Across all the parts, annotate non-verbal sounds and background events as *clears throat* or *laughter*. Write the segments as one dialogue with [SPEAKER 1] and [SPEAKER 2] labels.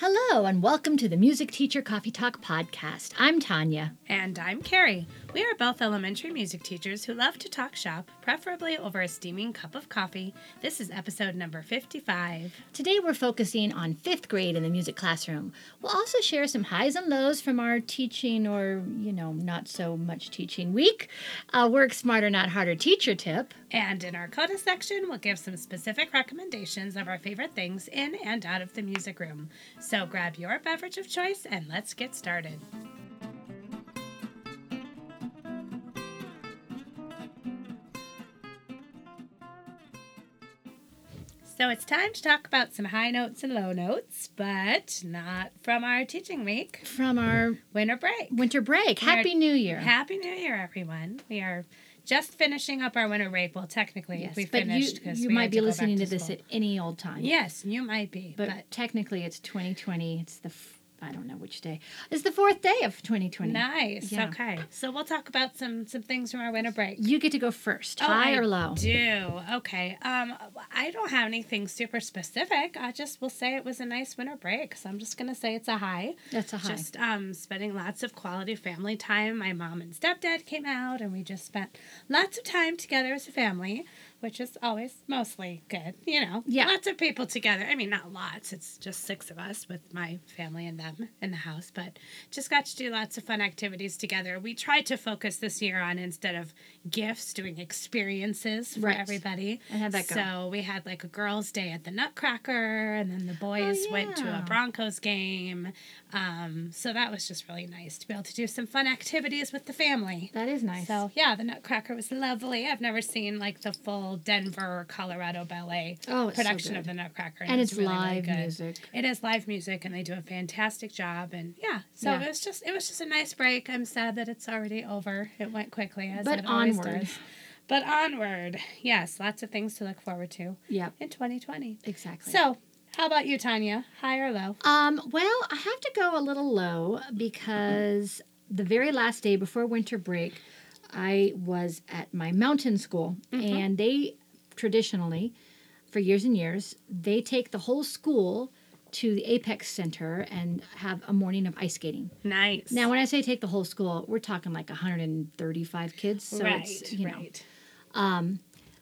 [SPEAKER 1] Hello, and welcome to the Music Teacher Coffee Talk podcast. I'm Tanya.
[SPEAKER 2] And I'm Carrie. We are both elementary music teachers who love to talk shop, preferably over a steaming cup of coffee. This is episode number 55.
[SPEAKER 1] Today we're focusing on fifth grade in the music classroom. We'll also share some highs and lows from our teaching or, you know, not so much teaching week, a work smarter, not harder teacher tip.
[SPEAKER 2] And in our coda section, we'll give some specific recommendations of our favorite things in and out of the music room. So grab your beverage of choice and let's get started. So it's time to talk about some high notes and low notes, but not from our teaching week,
[SPEAKER 1] From our
[SPEAKER 2] winter break.
[SPEAKER 1] winter break. Happy New Year.
[SPEAKER 2] Happy New Year, everyone. We are just finishing up our winter break. Well, technically,
[SPEAKER 1] Yes,
[SPEAKER 2] we
[SPEAKER 1] but you,
[SPEAKER 2] finished because
[SPEAKER 1] you
[SPEAKER 2] we
[SPEAKER 1] might
[SPEAKER 2] had
[SPEAKER 1] be
[SPEAKER 2] to go back
[SPEAKER 1] listening to, this
[SPEAKER 2] school.
[SPEAKER 1] at any old time.
[SPEAKER 2] yes, you might be,
[SPEAKER 1] But,
[SPEAKER 2] but,
[SPEAKER 1] technically it's 2020. It's the, f- I don't know which day. It's the fourth day of 2020.
[SPEAKER 2] nice.
[SPEAKER 1] Yeah.
[SPEAKER 2] Okay, so we'll talk about some some things from our winter break.
[SPEAKER 1] You get to go first,
[SPEAKER 2] Oh,
[SPEAKER 1] high
[SPEAKER 2] I
[SPEAKER 1] or low.
[SPEAKER 2] Do okay. Um, I don't have anything super specific. I just will say it was a nice winter break. So I'm just gonna say it's a high.
[SPEAKER 1] That's a high.
[SPEAKER 2] Just um, spending lots of quality family time. My mom and stepdad came out, and we just spent lots of time together as a family, which is always mostly good, you know.
[SPEAKER 1] Yeah.
[SPEAKER 2] Lots of people together. I mean, not lots. It's just six of us with my family and them in the house, but just got to do lots of fun activities together. We tried to focus this year on instead of gifts, doing experiences for
[SPEAKER 1] Right.
[SPEAKER 2] everybody.
[SPEAKER 1] And how'd that go?
[SPEAKER 2] So we had like a girls' day at the Nutcracker, and then the boys went to
[SPEAKER 1] Oh, yeah.
[SPEAKER 2] a Broncos game. Um, so that was just really nice to be able to do some fun activities with the family.
[SPEAKER 1] That is nice.
[SPEAKER 2] So yeah, the Nutcracker was lovely. I've never seen like the full Denver, Colorado ballet
[SPEAKER 1] Oh, it's so
[SPEAKER 2] production
[SPEAKER 1] good.
[SPEAKER 2] of the Nutcracker,
[SPEAKER 1] and it's,
[SPEAKER 2] really, really
[SPEAKER 1] live
[SPEAKER 2] good.
[SPEAKER 1] music.
[SPEAKER 2] It is live music, and they do a fantastic job. And yeah, so
[SPEAKER 1] Yeah.
[SPEAKER 2] it was just it was just a nice break. I'm sad that it's already over. It went quickly, as
[SPEAKER 1] But
[SPEAKER 2] it always
[SPEAKER 1] onward.
[SPEAKER 2] does. But onward, yes, lots of things to look forward to
[SPEAKER 1] Yep,
[SPEAKER 2] in 2020.
[SPEAKER 1] exactly.
[SPEAKER 2] So, how about you, Tanya? High or low?
[SPEAKER 1] um, well, I have to go a little low because the very last day before winter break, I was at my mountain school, and they traditionally, for years and years, they take the whole school to the Apex Center and have a morning of ice skating.
[SPEAKER 2] Nice.
[SPEAKER 1] Now, when I say take the whole school, we're talking like 135 kids, so it's you know.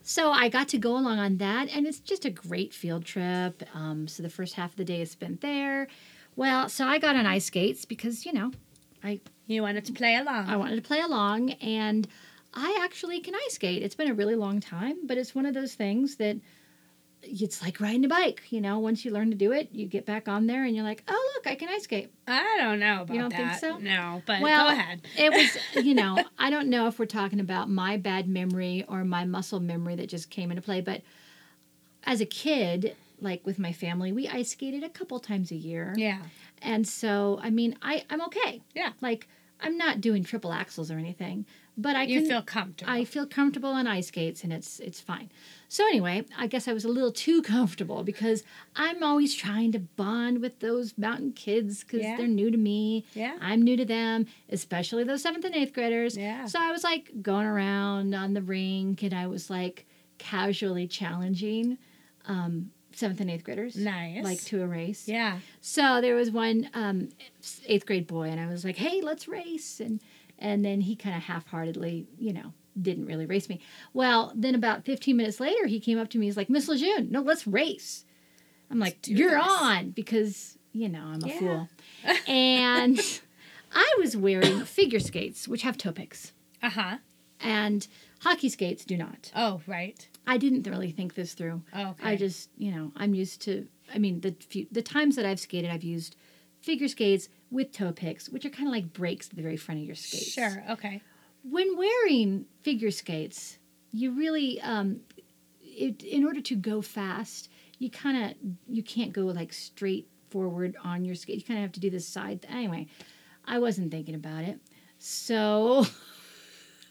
[SPEAKER 1] So I got to go along on that, and it's just a great field trip. Um, so the first half of the day is spent there. Well, so I got on ice skates because you know I
[SPEAKER 2] You wanted to play along.
[SPEAKER 1] I wanted to play along, and I actually can ice skate. It's been a really long time, but it's one of those things that it's like riding a bike. You know, once you learn to do it, you get back on there, and you're like, oh look, I can ice skate.
[SPEAKER 2] I don't know about
[SPEAKER 1] You don't think
[SPEAKER 2] that.
[SPEAKER 1] so?
[SPEAKER 2] No, but
[SPEAKER 1] Well,
[SPEAKER 2] go ahead.
[SPEAKER 1] It was, you know, I don't know if we're talking about my bad memory or my muscle memory that just came into play, but as a kid, like with my family, we ice skated a couple times a year.
[SPEAKER 2] Yeah.
[SPEAKER 1] And so, I mean, I, I'm okay.
[SPEAKER 2] Yeah.
[SPEAKER 1] Like, I'm not doing triple axles or anything, but I
[SPEAKER 2] You
[SPEAKER 1] can
[SPEAKER 2] feel comfortable.
[SPEAKER 1] I feel comfortable on ice skates and it's it's fine. So anyway, I guess I was a little *laughs* too comfortable because I'm always trying to bond with those mountain kids because
[SPEAKER 2] Yeah.
[SPEAKER 1] they're new to me.
[SPEAKER 2] Yeah.
[SPEAKER 1] I'm new to them, especially those seventh and eighth graders.
[SPEAKER 2] Yeah.
[SPEAKER 1] So I was like going around on the rink and I was like casually challenging um, seventh and eighth graders.
[SPEAKER 2] nice.
[SPEAKER 1] Like to a race.
[SPEAKER 2] Yeah.
[SPEAKER 1] So there was one um, eighth grade boy, and I was like, "Hey, let's race!" and and then he kind of half heartedly, you know, didn't really race me. Well, then about fifteen minutes later, he came up to me. He's like, "Miss Lejeune, no, let's race." I'm like,
[SPEAKER 2] do
[SPEAKER 1] "You're
[SPEAKER 2] this."
[SPEAKER 1] on," because you know I'm a
[SPEAKER 2] Yeah. *laughs*
[SPEAKER 1] fool, and I was wearing figure skates, which have toe picks,
[SPEAKER 2] Uh huh.
[SPEAKER 1] and hockey skates do not.
[SPEAKER 2] Oh right.
[SPEAKER 1] I didn't really think this through.
[SPEAKER 2] Oh, Okay.
[SPEAKER 1] I just, you know, I'm used to. I mean, the few, the times that I've skated, I've used figure skates with toe picks, which are kind of like brakes at the very front of your skates.
[SPEAKER 2] Sure. Okay.
[SPEAKER 1] When wearing figure skates, you really, um, it, in order to go fast, you kind of you can't go like straight forward on your skate. You kind of have to do this side. Anyway, I wasn't thinking about it, so. *laughs*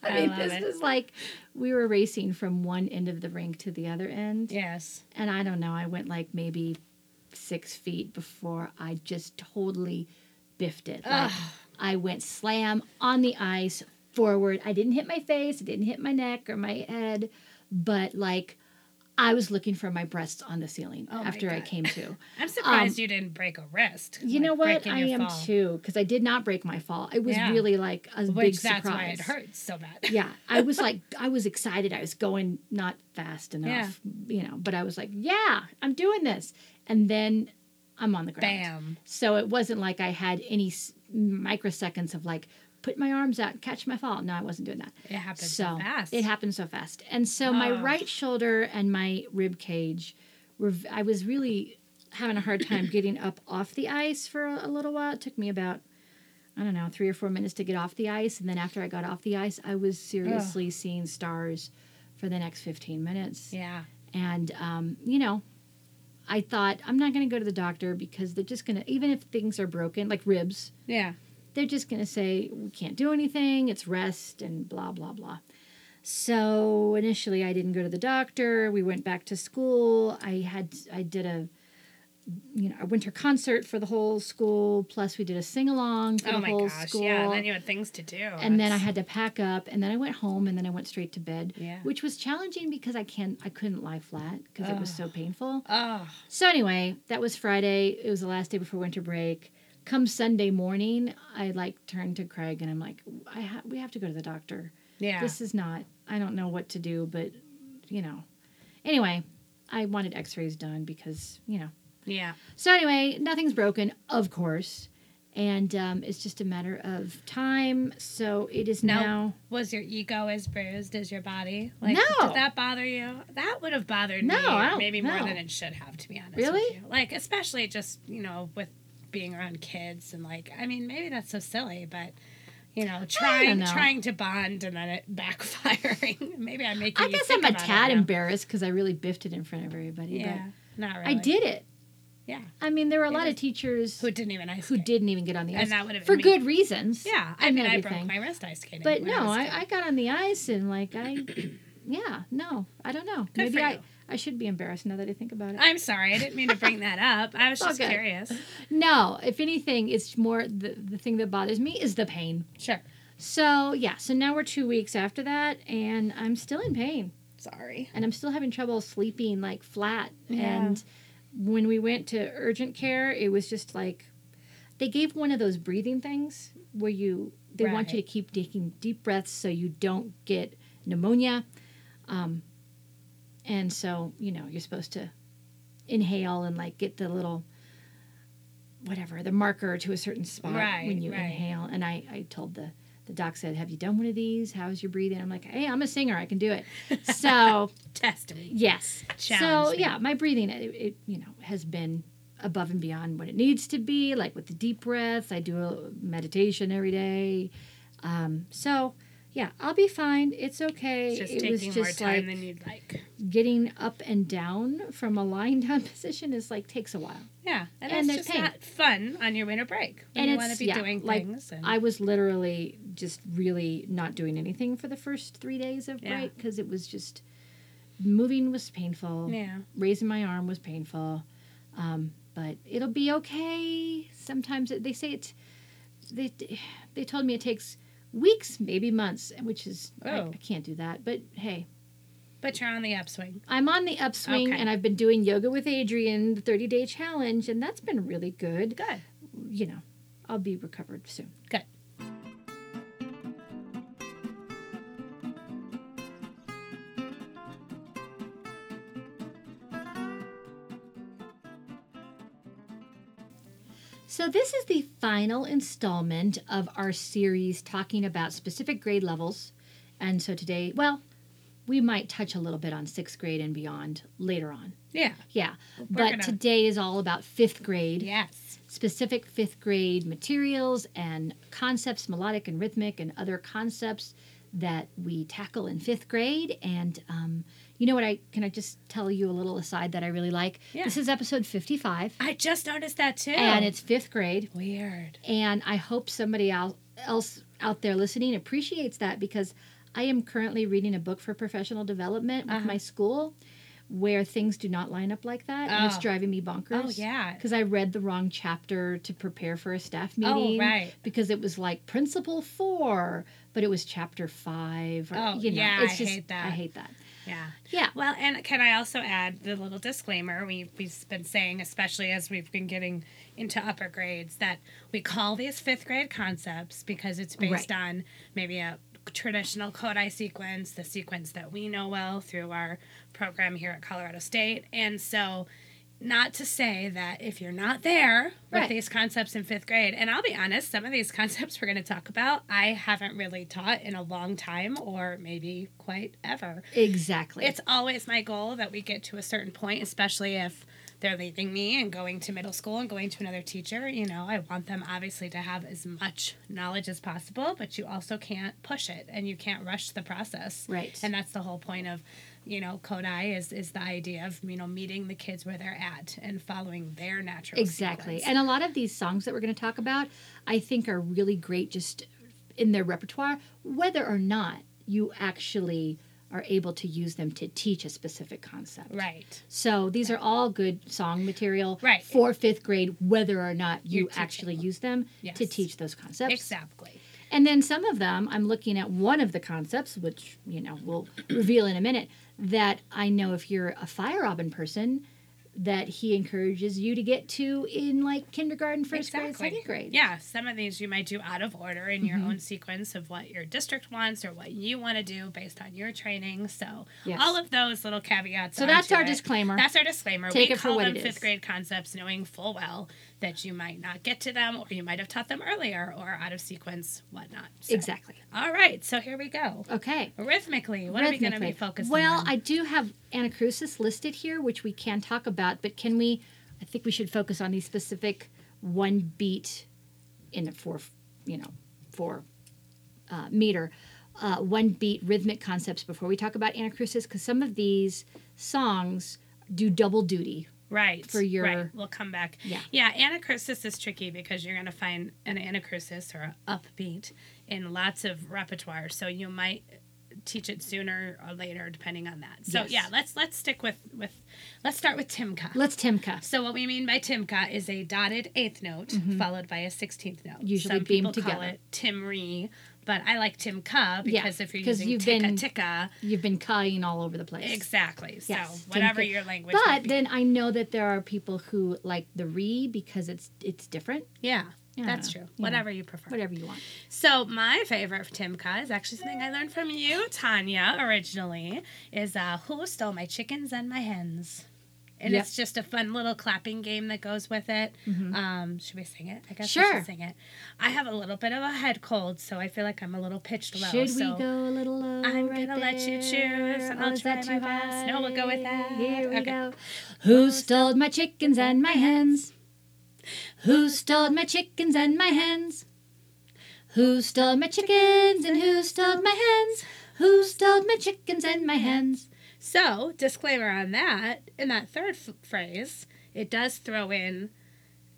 [SPEAKER 1] I,
[SPEAKER 2] I
[SPEAKER 1] mean,
[SPEAKER 2] love
[SPEAKER 1] this
[SPEAKER 2] it.
[SPEAKER 1] is like we were racing from one end of the rink to the other end
[SPEAKER 2] Yes.
[SPEAKER 1] and I don't know, I went like maybe six feet before I just totally biffed it. Like, I went slam on the ice forward. I didn't hit my face, it didn't hit my neck or my head, but like I was looking for my breasts on the ceiling
[SPEAKER 2] Oh my
[SPEAKER 1] after I
[SPEAKER 2] God.
[SPEAKER 1] came
[SPEAKER 2] *laughs*
[SPEAKER 1] to.
[SPEAKER 2] I'm surprised you didn't break a wrist.
[SPEAKER 1] Um, You
[SPEAKER 2] like
[SPEAKER 1] know what?
[SPEAKER 2] breaking
[SPEAKER 1] I
[SPEAKER 2] your
[SPEAKER 1] am
[SPEAKER 2] fall,
[SPEAKER 1] too because I did not break my fall. It was
[SPEAKER 2] Yeah.
[SPEAKER 1] really like a
[SPEAKER 2] Which
[SPEAKER 1] big
[SPEAKER 2] that's
[SPEAKER 1] surprise.
[SPEAKER 2] why it hurts so bad.
[SPEAKER 1] yeah, I was like, *laughs* I was excited. I was going not fast enough, you know, but I was like, yeah, I'm doing this, and then I'm on the ground.
[SPEAKER 2] Bam.
[SPEAKER 1] So it wasn't like I had any s- microseconds of like put my arms out, catch my fall. No, I wasn't doing that.
[SPEAKER 2] It happens so,
[SPEAKER 1] so
[SPEAKER 2] fast.
[SPEAKER 1] it happened so fast, and so my
[SPEAKER 2] Oh.
[SPEAKER 1] right shoulder and my rib cage were. v- I was really having a hard time getting up off the ice for a, a little while. It took me about. I don't know, three or four minutes to get off the ice. And then after I got off the ice, I was seriously seeing stars for the next 15 minutes.
[SPEAKER 2] yeah.
[SPEAKER 1] And, um, you know, I thought, I'm not going to go to the doctor because they're just going to, even if things are broken, like ribs,
[SPEAKER 2] Yeah.
[SPEAKER 1] they're just going to say, we can't do anything, it's rest, and blah, blah, blah. So initially, I didn't go to the doctor. We went back to school. I had, I did a, you know, a winter concert for the whole school. Plus, we did a sing along for
[SPEAKER 2] Oh
[SPEAKER 1] the
[SPEAKER 2] my
[SPEAKER 1] whole
[SPEAKER 2] gosh.
[SPEAKER 1] school
[SPEAKER 2] Yeah. And then you had things to do.
[SPEAKER 1] and then I
[SPEAKER 2] That's-
[SPEAKER 1] had to pack up, and then I went home, and then I went straight to bed,
[SPEAKER 2] Yeah.
[SPEAKER 1] which was challenging because I can't, I couldn't lie flat because it was so painful.
[SPEAKER 2] Oh,
[SPEAKER 1] So anyway, that was Friday. It was the last day before winter break. Come Sunday morning, I like turned to Craig and I'm like, I ha- we have to go to the doctor.
[SPEAKER 2] yeah.
[SPEAKER 1] This is not. I don't know what to do, but you know. Anyway, I wanted X-rays done because you know
[SPEAKER 2] yeah.
[SPEAKER 1] so anyway, nothing's broken, of course, and um, it's just a matter of time. So it is
[SPEAKER 2] Now,
[SPEAKER 1] now.
[SPEAKER 2] was your ego as bruised as your body? Like,
[SPEAKER 1] No.
[SPEAKER 2] did that bother you? That would have bothered
[SPEAKER 1] No,
[SPEAKER 2] me,
[SPEAKER 1] I don't-
[SPEAKER 2] maybe more
[SPEAKER 1] no.
[SPEAKER 2] than it should have, to be honest.
[SPEAKER 1] Really?
[SPEAKER 2] With you. Like, especially just you know with being around kids and like, I mean, maybe that's so silly, but you know, trying
[SPEAKER 1] know.
[SPEAKER 2] trying to bond and then it *laughs* backfiring. maybe I'm making.
[SPEAKER 1] I guess
[SPEAKER 2] you think
[SPEAKER 1] I'm a
[SPEAKER 2] about it
[SPEAKER 1] tad
[SPEAKER 2] now.
[SPEAKER 1] embarrassed because I really biffed it in front of everybody.
[SPEAKER 2] Yeah, not
[SPEAKER 1] but
[SPEAKER 2] really.
[SPEAKER 1] I did it.
[SPEAKER 2] Yeah,
[SPEAKER 1] I mean, there were a lot of
[SPEAKER 2] is-
[SPEAKER 1] teachers
[SPEAKER 2] who didn't even ice
[SPEAKER 1] who
[SPEAKER 2] skate.
[SPEAKER 1] didn't even get on the ice
[SPEAKER 2] And that would've been
[SPEAKER 1] for
[SPEAKER 2] me.
[SPEAKER 1] good reasons.
[SPEAKER 2] Yeah, I
[SPEAKER 1] and
[SPEAKER 2] mean, I broke
[SPEAKER 1] everything.
[SPEAKER 2] my wrist ice skating.
[SPEAKER 1] But
[SPEAKER 2] when
[SPEAKER 1] no,
[SPEAKER 2] was
[SPEAKER 1] I,
[SPEAKER 2] kid.
[SPEAKER 1] I got on the ice and like
[SPEAKER 2] *clears throat*
[SPEAKER 1] I, yeah, no, I don't know. Maybe
[SPEAKER 2] for
[SPEAKER 1] I
[SPEAKER 2] you.
[SPEAKER 1] I should be embarrassed now that I think about it.
[SPEAKER 2] I'm sorry, I didn't mean to bring that up. I was
[SPEAKER 1] all
[SPEAKER 2] just
[SPEAKER 1] good.
[SPEAKER 2] curious.
[SPEAKER 1] No, if anything, it's more the the thing that bothers me is the pain.
[SPEAKER 2] Sure.
[SPEAKER 1] So yeah, so now we're two weeks after that, and I'm still in pain,
[SPEAKER 2] Sorry.
[SPEAKER 1] and I'm still having trouble sleeping like flat.
[SPEAKER 2] Yeah.
[SPEAKER 1] And when we went to urgent care, it was just like they gave one of those breathing things where you they want you
[SPEAKER 2] Right.
[SPEAKER 1] to keep taking deep breaths so you don't get pneumonia. Um, and so you know you're supposed to inhale and like get the little whatever the marker to a certain spot
[SPEAKER 2] Right,
[SPEAKER 1] when you
[SPEAKER 2] right.
[SPEAKER 1] inhale and I, I told the the doc said have you done one of these how's your breathing i'm like hey i'm a singer i can do it
[SPEAKER 2] *laughs*
[SPEAKER 1] so
[SPEAKER 2] Test me.
[SPEAKER 1] yes so
[SPEAKER 2] Challenge me.
[SPEAKER 1] yeah my breathing it, it you know has been above and beyond what it needs to be like with the deep breaths i do a meditation every day um, so yeah i'll be fine it's okay
[SPEAKER 2] It's just
[SPEAKER 1] it
[SPEAKER 2] taking
[SPEAKER 1] was
[SPEAKER 2] more
[SPEAKER 1] just
[SPEAKER 2] time
[SPEAKER 1] like
[SPEAKER 2] than you'd like.
[SPEAKER 1] getting up and down from a lying *laughs* down position is like takes a while.
[SPEAKER 2] Yeah,
[SPEAKER 1] And
[SPEAKER 2] and, that's
[SPEAKER 1] there's
[SPEAKER 2] just
[SPEAKER 1] pain.
[SPEAKER 2] not fun on your winter break when
[SPEAKER 1] And
[SPEAKER 2] you
[SPEAKER 1] it's-
[SPEAKER 2] want to be
[SPEAKER 1] yeah,
[SPEAKER 2] doing
[SPEAKER 1] like,
[SPEAKER 2] things. And,
[SPEAKER 1] I was literally just really not doing anything for the first three days of
[SPEAKER 2] Yeah.
[SPEAKER 1] break because it was just moving was painful,
[SPEAKER 2] yeah,
[SPEAKER 1] raising my arm was painful, um, but it'll be okay. Sometimes it, they say it. They they told me it takes weeks, maybe months, which is I,
[SPEAKER 2] Oh.
[SPEAKER 1] I can't do that. But hey,
[SPEAKER 2] but you're on the upswing.
[SPEAKER 1] I'm on the upswing,
[SPEAKER 2] Okay.
[SPEAKER 1] and I've been doing yoga with Adrian, the 30 day challenge, and that's been really good.
[SPEAKER 2] Good.
[SPEAKER 1] You know, I'll be recovered soon.
[SPEAKER 2] Good.
[SPEAKER 1] So, this is the final installment of our series talking about specific grade levels. And so, today, well, we might touch a little bit on sixth grade and beyond later on.
[SPEAKER 2] Yeah.
[SPEAKER 1] Yeah.
[SPEAKER 2] We're
[SPEAKER 1] But
[SPEAKER 2] gonna-
[SPEAKER 1] today is all about fifth grade,
[SPEAKER 2] Yes.
[SPEAKER 1] specific fifth grade materials and concepts, melodic and rhythmic, and other concepts that we tackle in fifth grade. And um, you know what? I can I just tell you a little aside that I really like.
[SPEAKER 2] Yeah.
[SPEAKER 1] This is episode fifty-five,
[SPEAKER 2] I just noticed that too.
[SPEAKER 1] and it's fifth grade.
[SPEAKER 2] weird.
[SPEAKER 1] And I hope somebody out, else out there listening appreciates that because I am currently reading a book for professional development with
[SPEAKER 2] Uh-huh.
[SPEAKER 1] my school where things do not line up like that. And it's
[SPEAKER 2] Oh.
[SPEAKER 1] driving me bonkers.
[SPEAKER 2] Oh yeah.
[SPEAKER 1] Because I read the wrong chapter to prepare for a staff
[SPEAKER 2] Oh
[SPEAKER 1] meeting.
[SPEAKER 2] right.
[SPEAKER 1] Because it was like principle four, but it was chapter five. Or,
[SPEAKER 2] Oh,
[SPEAKER 1] you know,
[SPEAKER 2] yeah,
[SPEAKER 1] it's
[SPEAKER 2] I
[SPEAKER 1] just,
[SPEAKER 2] hate that.
[SPEAKER 1] I hate that.
[SPEAKER 2] Yeah.
[SPEAKER 1] Yeah.
[SPEAKER 2] Well, and can I also add the little disclaimer we, we've been saying, especially as we've been getting into upper grades, that we call these fifth grade concepts because it's based
[SPEAKER 1] Right.
[SPEAKER 2] on maybe a traditional codi sequence, the sequence that we know well through our program here at Colorado State. And so, not to say that if you're not there with
[SPEAKER 1] Right.
[SPEAKER 2] these concepts in fifth grade, and I'll be honest, some of these *laughs* concepts we're going to talk about, I haven't really taught in a long time or maybe quite ever.
[SPEAKER 1] Exactly.
[SPEAKER 2] It's always my goal that we get to a certain point, especially if they're leaving me and going to middle school and going to another teacher. You know, I want them obviously to have as much knowledge as possible, but you also can't push it and you can't rush the process.
[SPEAKER 1] Right.
[SPEAKER 2] And that's the whole point of, you know, Kodai is, is the idea of, you know, meeting the kids where they're at and following their natural
[SPEAKER 1] Exactly.
[SPEAKER 2] sequence.
[SPEAKER 1] And a lot of these songs that we're going to talk about, I think, are really great just in their repertoire, whether or not you actually are able to use them to teach a specific concept.
[SPEAKER 2] Right.
[SPEAKER 1] So these are all good song material
[SPEAKER 2] Right.
[SPEAKER 1] for fifth grade, whether or not you
[SPEAKER 2] You're teaching
[SPEAKER 1] actually use them to
[SPEAKER 2] Yes.
[SPEAKER 1] teach those concepts.
[SPEAKER 2] Exactly.
[SPEAKER 1] And then some of them, I'm looking at one of the concepts, which, you know, we'll *clears throat* reveal in a minute, that I know if you're a fire robin person, that he encourages you to get to in like kindergarten, first grade, second grade.
[SPEAKER 2] Yeah, some of these you might do out of order in your
[SPEAKER 1] Mm-hmm.
[SPEAKER 2] own sequence of what your district wants or what you want to do based on your training. So
[SPEAKER 1] Yes.
[SPEAKER 2] all of those little caveats.
[SPEAKER 1] So that's
[SPEAKER 2] onto
[SPEAKER 1] our
[SPEAKER 2] it.
[SPEAKER 1] disclaimer.
[SPEAKER 2] That's our disclaimer.
[SPEAKER 1] Take
[SPEAKER 2] we
[SPEAKER 1] it for
[SPEAKER 2] call
[SPEAKER 1] what
[SPEAKER 2] them
[SPEAKER 1] it
[SPEAKER 2] fifth
[SPEAKER 1] is.
[SPEAKER 2] grade concepts, knowing full well that you might not get to them or you might have taught them earlier or out of sequence, whatnot. So-
[SPEAKER 1] Exactly.
[SPEAKER 2] All right, so here we go.
[SPEAKER 1] Okay.
[SPEAKER 2] Rhythmically, what are we going to be
[SPEAKER 1] Oh. Rhythmically.
[SPEAKER 2] focusing
[SPEAKER 1] well,
[SPEAKER 2] on?
[SPEAKER 1] I do have Anacrusis listed here, which we can talk about, but can we? I think we should focus on these specific one beat in the four, you know, four uh, meter, uh, one beat rhythmic concepts before we talk about Anacrusis, because some of these songs do double duty.
[SPEAKER 2] Right.
[SPEAKER 1] for your-
[SPEAKER 2] right. We'll come back.
[SPEAKER 1] Yeah.
[SPEAKER 2] Yeah. Anacrusis is tricky because you're going to find an anacrusis or an upbeat in lots of repertoire. So you might teach it sooner or later, depending on that. So
[SPEAKER 1] Yes.
[SPEAKER 2] yeah, let's let's stick with with let's start with Timka.
[SPEAKER 1] Let's Timka.
[SPEAKER 2] So what we mean by Timka is a dotted eighth note followed by a sixteenth note.
[SPEAKER 1] Mm-hmm. Usually
[SPEAKER 2] Some
[SPEAKER 1] beamed
[SPEAKER 2] people call
[SPEAKER 1] together.
[SPEAKER 2] it Timri, but I like Timka because if you're
[SPEAKER 1] 'cause
[SPEAKER 2] using
[SPEAKER 1] you've
[SPEAKER 2] Tikka
[SPEAKER 1] been-
[SPEAKER 2] Tikka,
[SPEAKER 1] You've been cutting all over the place.
[SPEAKER 2] exactly.
[SPEAKER 1] Yes,
[SPEAKER 2] so whatever
[SPEAKER 1] Timka.
[SPEAKER 2] your language. might
[SPEAKER 1] But
[SPEAKER 2] be.
[SPEAKER 1] then I know that there are people who like the re because it's it's different.
[SPEAKER 2] yeah,
[SPEAKER 1] Yeah,
[SPEAKER 2] that's true.
[SPEAKER 1] yeah.
[SPEAKER 2] Whatever you prefer.
[SPEAKER 1] Whatever you want.
[SPEAKER 2] So my favorite Timka is actually something I learned from you, Tanya, originally, is uh, who stole my chickens and my hens? And
[SPEAKER 1] Yep. Mm-hmm.
[SPEAKER 2] it's just a fun little clapping game that goes with it. Um, should we sing it? I guess we
[SPEAKER 1] Sure.
[SPEAKER 2] should sing it. I have a little bit of a head cold, so I feel like I'm a little pitched low.
[SPEAKER 1] Should
[SPEAKER 2] so
[SPEAKER 1] we go a little low?
[SPEAKER 2] I'm
[SPEAKER 1] right
[SPEAKER 2] gonna let you choose,
[SPEAKER 1] there? Oh,
[SPEAKER 2] and I'll
[SPEAKER 1] is
[SPEAKER 2] try
[SPEAKER 1] that
[SPEAKER 2] my
[SPEAKER 1] too
[SPEAKER 2] best. No, we'll go with
[SPEAKER 1] high?
[SPEAKER 2] that.
[SPEAKER 1] Here we
[SPEAKER 2] Okay.
[SPEAKER 1] go. Who stole my chickens and my hens? Who stole my chickens and my hens? Who stole my chickens and who stole my hens? Who stole my chickens and my hens?
[SPEAKER 2] So, disclaimer on that, in that third f- phrase, it does throw in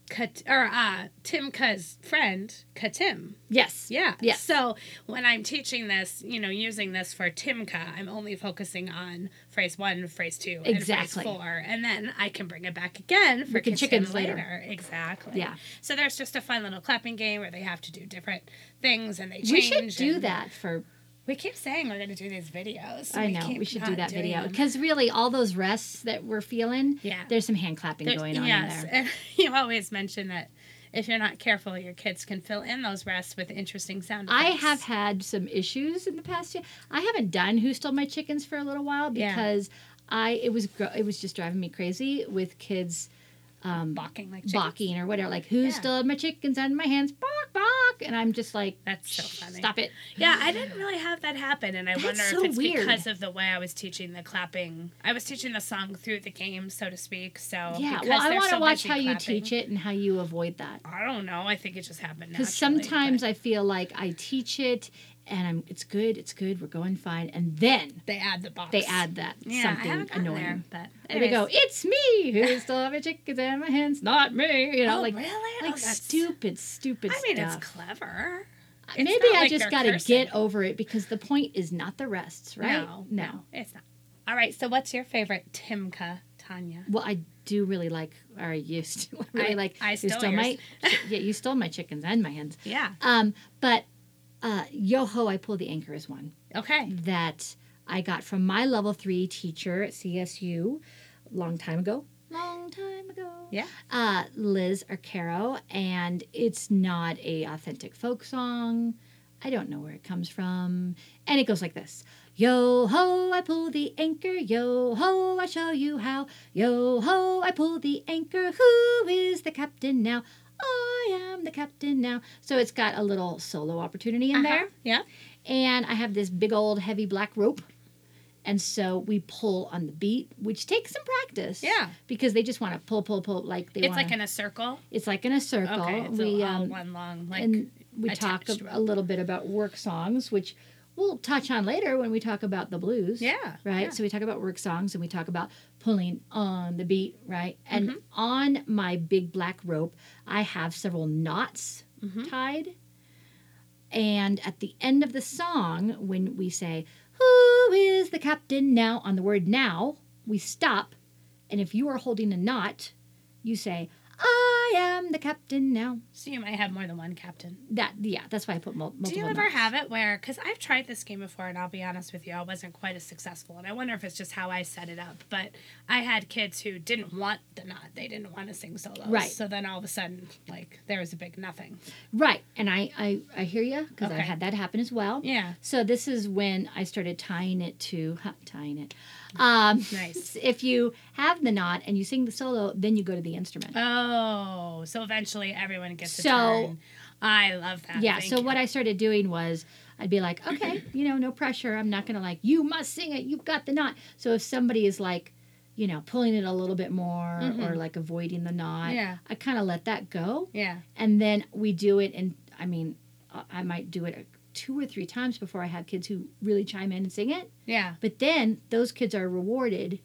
[SPEAKER 2] Kat- or uh, Timka's friend, Katim.
[SPEAKER 1] Yes.
[SPEAKER 2] Yeah.
[SPEAKER 1] Yes.
[SPEAKER 2] So when I'm teaching this, you know, using this for Timka, I'm only focusing on phrase one, phrase two, and
[SPEAKER 1] Exactly.
[SPEAKER 2] phrase four. And then I can bring it back again for
[SPEAKER 1] can
[SPEAKER 2] Katim
[SPEAKER 1] chickens later.
[SPEAKER 2] Exactly.
[SPEAKER 1] Yeah.
[SPEAKER 2] So there's just a fun little clapping game where they have to do different things and they change.
[SPEAKER 1] We should do
[SPEAKER 2] and-
[SPEAKER 1] that for.
[SPEAKER 2] We keep saying we're going to do these videos.
[SPEAKER 1] I
[SPEAKER 2] and
[SPEAKER 1] know
[SPEAKER 2] keep
[SPEAKER 1] we should
[SPEAKER 2] not
[SPEAKER 1] do that
[SPEAKER 2] doing
[SPEAKER 1] video
[SPEAKER 2] them.
[SPEAKER 1] because really all those rests that we're feeling,
[SPEAKER 2] Yeah.
[SPEAKER 1] there's some hand clapping
[SPEAKER 2] There-
[SPEAKER 1] going on in
[SPEAKER 2] yes,
[SPEAKER 1] there.
[SPEAKER 2] and *laughs* you always mention that if you're not careful, your kids can fill in those rests with interesting sound
[SPEAKER 1] I
[SPEAKER 2] effects.
[SPEAKER 1] have had some issues in the past year. I haven't done Who Stole My Chickens for a little while
[SPEAKER 2] Yeah.
[SPEAKER 1] because I it was gro- it was just driving me crazy with kids
[SPEAKER 2] balking like chickens.
[SPEAKER 1] balking or whatever. Like Who
[SPEAKER 2] Yeah.
[SPEAKER 1] Stole My Chickens and My Hands? Bark, bark, and I'm just like,
[SPEAKER 2] That's so
[SPEAKER 1] "Shh,
[SPEAKER 2] funny.
[SPEAKER 1] Stop it.
[SPEAKER 2] Yeah, I didn't really have that happen, and I
[SPEAKER 1] That's
[SPEAKER 2] wonder
[SPEAKER 1] so
[SPEAKER 2] if it's
[SPEAKER 1] weird.
[SPEAKER 2] because of the way I was teaching the clapping. I was teaching the song through the game, so to speak. So
[SPEAKER 1] Yeah.
[SPEAKER 2] because
[SPEAKER 1] Well, I
[SPEAKER 2] they're
[SPEAKER 1] want to
[SPEAKER 2] so
[SPEAKER 1] watch
[SPEAKER 2] busy
[SPEAKER 1] how you
[SPEAKER 2] clapping-
[SPEAKER 1] teach it and how you avoid that
[SPEAKER 2] I don't know. I think it just happened
[SPEAKER 1] because
[SPEAKER 2] naturally,
[SPEAKER 1] sometimes
[SPEAKER 2] but
[SPEAKER 1] I feel like I teach it and I'm it's good, it's good, we're going fine, and then
[SPEAKER 2] they add the box.
[SPEAKER 1] they add that
[SPEAKER 2] yeah, I haven't
[SPEAKER 1] something
[SPEAKER 2] gotten
[SPEAKER 1] annoying.
[SPEAKER 2] There, but
[SPEAKER 1] And they go,
[SPEAKER 2] anyways.
[SPEAKER 1] it's me who still have my chickens and my hens, not me. You know,
[SPEAKER 2] Oh,
[SPEAKER 1] like
[SPEAKER 2] really?
[SPEAKER 1] like
[SPEAKER 2] oh, that's-
[SPEAKER 1] stupid, stupid
[SPEAKER 2] I mean,
[SPEAKER 1] stuff.
[SPEAKER 2] it's clever. it's
[SPEAKER 1] Maybe
[SPEAKER 2] not
[SPEAKER 1] I
[SPEAKER 2] like
[SPEAKER 1] just
[SPEAKER 2] they're
[SPEAKER 1] got to
[SPEAKER 2] cursing.
[SPEAKER 1] get over it because the point is not the rests, right?
[SPEAKER 2] No, no, it's not. All right. So, what's your favorite Timka, Tanya?
[SPEAKER 1] Well, I do really like, or I used to *laughs* really
[SPEAKER 2] I-
[SPEAKER 1] like.
[SPEAKER 2] I
[SPEAKER 1] you
[SPEAKER 2] stole
[SPEAKER 1] stole my,
[SPEAKER 2] yours.
[SPEAKER 1] yeah, you stole my chickens and my hens.
[SPEAKER 2] Yeah.
[SPEAKER 1] Um, but Uh, Yoho, I Pull the Anchor is one
[SPEAKER 2] Okay.
[SPEAKER 1] that I got from my level three teacher at CSU long time ago. Long time ago.
[SPEAKER 2] Yeah.
[SPEAKER 1] Uh, Liz Arcaro, and it's not a authentic folk song. I don't know where it comes from. And it goes like this. Yo ho, I pull the anchor. Yo ho, I show you how. Yo ho, I pull the anchor. Who is the captain now? I am the captain now. So it's got a little solo opportunity in
[SPEAKER 2] Uh-huh.
[SPEAKER 1] there
[SPEAKER 2] Yeah.
[SPEAKER 1] and I have this big old heavy black rope. And so we pull on the beat, which takes some practice.
[SPEAKER 2] Yeah.
[SPEAKER 1] Because they just want to pull, pull, pull. Like they
[SPEAKER 2] It's
[SPEAKER 1] wanna,
[SPEAKER 2] like in a circle.
[SPEAKER 1] it's like in a circle.
[SPEAKER 2] Okay. It's
[SPEAKER 1] we
[SPEAKER 2] a, all
[SPEAKER 1] um,
[SPEAKER 2] one long like.
[SPEAKER 1] and we talk a,
[SPEAKER 2] attached
[SPEAKER 1] a little bit about work songs, which we'll touch on later when we talk about the blues.
[SPEAKER 2] yeah.
[SPEAKER 1] Right.
[SPEAKER 2] yeah.
[SPEAKER 1] So we talk about work songs and we talk about pulling on the beat. Right. And
[SPEAKER 2] Mm-hmm.
[SPEAKER 1] on my big black rope, I have several knots
[SPEAKER 2] Mhm.
[SPEAKER 1] tied. And at the end of the song, when we say, Who is the captain now? on the word now, we stop. And if you are holding a knot, you say, I am the captain now.
[SPEAKER 2] So you might have more than one captain.
[SPEAKER 1] That, yeah, that's why I put mul- multiple.
[SPEAKER 2] Do you ever
[SPEAKER 1] knots.
[SPEAKER 2] have it where, because I've tried this game before, and I'll be honest with you, I wasn't quite as successful. And I wonder if it's just how I set it up. But I had kids who didn't want the knot, they didn't want to sing solos.
[SPEAKER 1] Right.
[SPEAKER 2] So then all of a sudden, like, there was a big nothing.
[SPEAKER 1] Right. And I, I, I hear you because I
[SPEAKER 2] Okay.
[SPEAKER 1] had that happen as well.
[SPEAKER 2] Yeah.
[SPEAKER 1] So this is when I started tying it to huh, tying it. Um, *laughs*
[SPEAKER 2] Nice.
[SPEAKER 1] If you have the knot and you sing the solo, then you go to the instrument.
[SPEAKER 2] Ah, Oh, so eventually everyone gets a
[SPEAKER 1] So-
[SPEAKER 2] turn. I love that.
[SPEAKER 1] yeah.
[SPEAKER 2] Thank
[SPEAKER 1] So
[SPEAKER 2] you.
[SPEAKER 1] what I started doing was I'd be like, okay, you know, no pressure. I'm not gonna like you must sing it. You've got the knot. So if somebody is like, you know, pulling it a little bit more or like avoiding the knot,
[SPEAKER 2] Mm-hmm. Yeah.
[SPEAKER 1] I kind of let that go,
[SPEAKER 2] Yeah.
[SPEAKER 1] and then we do it. And I mean, I- I might do it two or three times before I have kids who really chime in and sing it.
[SPEAKER 2] Yeah.
[SPEAKER 1] But then those kids are rewarded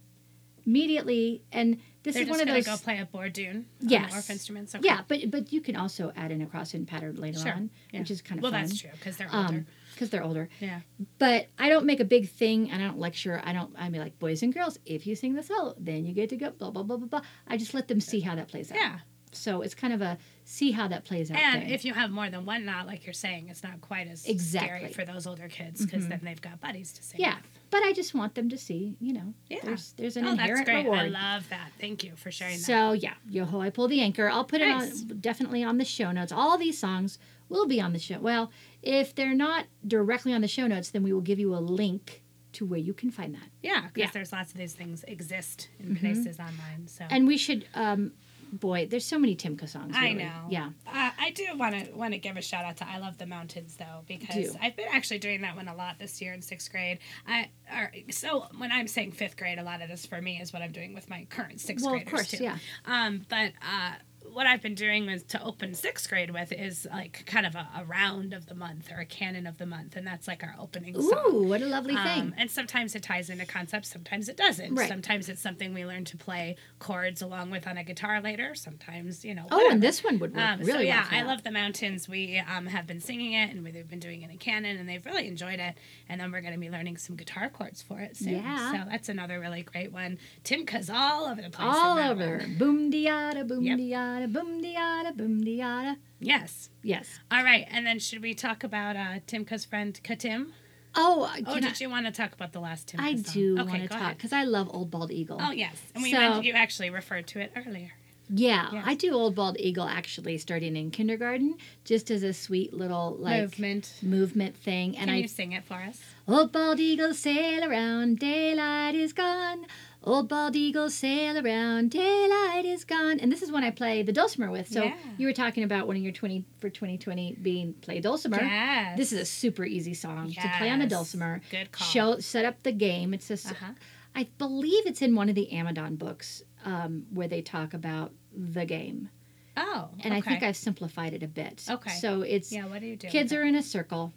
[SPEAKER 1] immediately, and this
[SPEAKER 2] They're
[SPEAKER 1] is
[SPEAKER 2] just
[SPEAKER 1] one of
[SPEAKER 2] gonna
[SPEAKER 1] those.
[SPEAKER 2] go play a Bourdain.
[SPEAKER 1] Yes.
[SPEAKER 2] On orf instruments. Okay.
[SPEAKER 1] yeah, but but you can also add in a cross-in pattern later
[SPEAKER 2] Sure.
[SPEAKER 1] on,
[SPEAKER 2] Yeah.
[SPEAKER 1] which is kind of
[SPEAKER 2] Well,
[SPEAKER 1] fun. Um,
[SPEAKER 2] that's true because they're older.
[SPEAKER 1] because they're older.
[SPEAKER 2] yeah.
[SPEAKER 1] But I don't make a big thing, and I don't lecture. I don't. I mean, like boys and girls, if you sing the solo, then you get to go blah blah blah blah blah. I just let them see how that plays out.
[SPEAKER 2] Yeah.
[SPEAKER 1] So it's kind of a see how that plays out.
[SPEAKER 2] And
[SPEAKER 1] thing.
[SPEAKER 2] if you have more than one knot, like you're saying, it's not quite as
[SPEAKER 1] Exactly. Mm-hmm.
[SPEAKER 2] scary for those older kids because then they've got buddies to sing.
[SPEAKER 1] yeah,
[SPEAKER 2] with.
[SPEAKER 1] but I just want them to see. You know,
[SPEAKER 2] Yeah.
[SPEAKER 1] there's there's an
[SPEAKER 2] oh,
[SPEAKER 1] inherent
[SPEAKER 2] that's great.
[SPEAKER 1] reward.
[SPEAKER 2] I love that. Thank you for sharing that.
[SPEAKER 1] So yeah, yo ho! I pull the anchor. I'll put
[SPEAKER 2] Nice.
[SPEAKER 1] it on definitely on the show notes. All these songs will be on the show. Well, if they're not directly on the show notes, then we will give you a link to where you can find that.
[SPEAKER 2] Yeah, because
[SPEAKER 1] Yeah. Mm-hmm.
[SPEAKER 2] there's lots of these things exist in places online. So
[SPEAKER 1] And we should, um, boy, there's so many Timka songs.
[SPEAKER 2] I
[SPEAKER 1] really.
[SPEAKER 2] know.
[SPEAKER 1] Yeah.
[SPEAKER 2] Uh, I do want to want to give a shout out to I Love the Mountains though because
[SPEAKER 1] Do.
[SPEAKER 2] I've been actually doing that one a lot this year in sixth grade. I or, so when I'm saying fifth grade, a lot of this for me is what I'm doing with my current sixth
[SPEAKER 1] Well, of
[SPEAKER 2] graders
[SPEAKER 1] course,
[SPEAKER 2] too.
[SPEAKER 1] yeah.
[SPEAKER 2] Um, but uh, what I've been doing is to open sixth grade with is like kind of a, a round of the month or a canon of the month, and that's like our opening song.
[SPEAKER 1] Ooh, what a lovely
[SPEAKER 2] Um,
[SPEAKER 1] thing.
[SPEAKER 2] and sometimes it ties into concepts, sometimes it doesn't.
[SPEAKER 1] Right.
[SPEAKER 2] Sometimes it's something we learn to play chords along with on a guitar later. Sometimes, you know.
[SPEAKER 1] Oh,
[SPEAKER 2] whatever.
[SPEAKER 1] and this one would work
[SPEAKER 2] Um,
[SPEAKER 1] really
[SPEAKER 2] so yeah,
[SPEAKER 1] well. for
[SPEAKER 2] I
[SPEAKER 1] that.
[SPEAKER 2] love the mountains. We um, have been singing it, and we, they've been doing it in canon, and they've really enjoyed it. And then we're going to be learning some guitar chords for it soon.
[SPEAKER 1] Yeah.
[SPEAKER 2] So that's another really great one. Timka's all over the place. in
[SPEAKER 1] all
[SPEAKER 2] that
[SPEAKER 1] over.
[SPEAKER 2] one.
[SPEAKER 1] Boom diada, boom
[SPEAKER 2] Yep.
[SPEAKER 1] diada, boom diada, boom diada.
[SPEAKER 2] Yes.
[SPEAKER 1] Yes.
[SPEAKER 2] All right, and then should we talk about uh, Timka's friend Katim?
[SPEAKER 1] Oh, can
[SPEAKER 2] Oh,
[SPEAKER 1] I,
[SPEAKER 2] did you want to talk about the last Timka
[SPEAKER 1] I
[SPEAKER 2] song?
[SPEAKER 1] do
[SPEAKER 2] Okay,
[SPEAKER 1] want to
[SPEAKER 2] go
[SPEAKER 1] talk
[SPEAKER 2] ahead.
[SPEAKER 1] because I love Old Bald Eagle.
[SPEAKER 2] Oh yes, and we
[SPEAKER 1] So-
[SPEAKER 2] mentioned you actually referred to it earlier.
[SPEAKER 1] Yeah,
[SPEAKER 2] Yes.
[SPEAKER 1] I do Old Bald Eagle actually starting in kindergarten just as a sweet little like
[SPEAKER 2] Movement.
[SPEAKER 1] movement thing. And I
[SPEAKER 2] Can you sing it for us?
[SPEAKER 1] Old Bald Eagle sail around, daylight is gone. Old Bald Eagle sail around, daylight is gone. And this is when I play the dulcimer with. So
[SPEAKER 2] Yeah.
[SPEAKER 1] you were talking about one of your 20 for 2020 being play dulcimer.
[SPEAKER 2] Yes.
[SPEAKER 1] This is a super easy song to play on a
[SPEAKER 2] Yes.
[SPEAKER 1] dulcimer.
[SPEAKER 2] Good call.
[SPEAKER 1] Show set up the game. It's a s-
[SPEAKER 2] Uh-huh.
[SPEAKER 1] I believe it's in one of the Amadon books um, where they talk about the game.
[SPEAKER 2] Oh.
[SPEAKER 1] And I
[SPEAKER 2] okay.
[SPEAKER 1] think I've simplified it a bit.
[SPEAKER 2] Okay.
[SPEAKER 1] So it's
[SPEAKER 2] Yeah. What do you do?
[SPEAKER 1] kids are in a circle,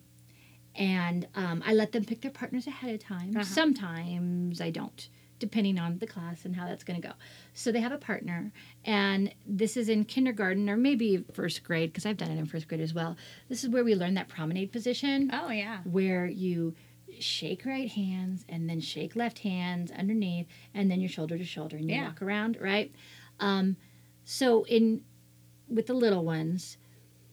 [SPEAKER 1] and um, I let them pick their partners ahead of time.
[SPEAKER 2] Uh-huh.
[SPEAKER 1] Sometimes I don't, depending on the class and how that's going to go. So they have a partner, and this is in kindergarten or maybe first grade, because I've done it in first grade as well. This is where we learn that promenade position
[SPEAKER 2] Oh yeah.
[SPEAKER 1] where you shake right hands and then shake left hands underneath and then you're shoulder to shoulder and you
[SPEAKER 2] Yeah.
[SPEAKER 1] walk around right um, so in with the little ones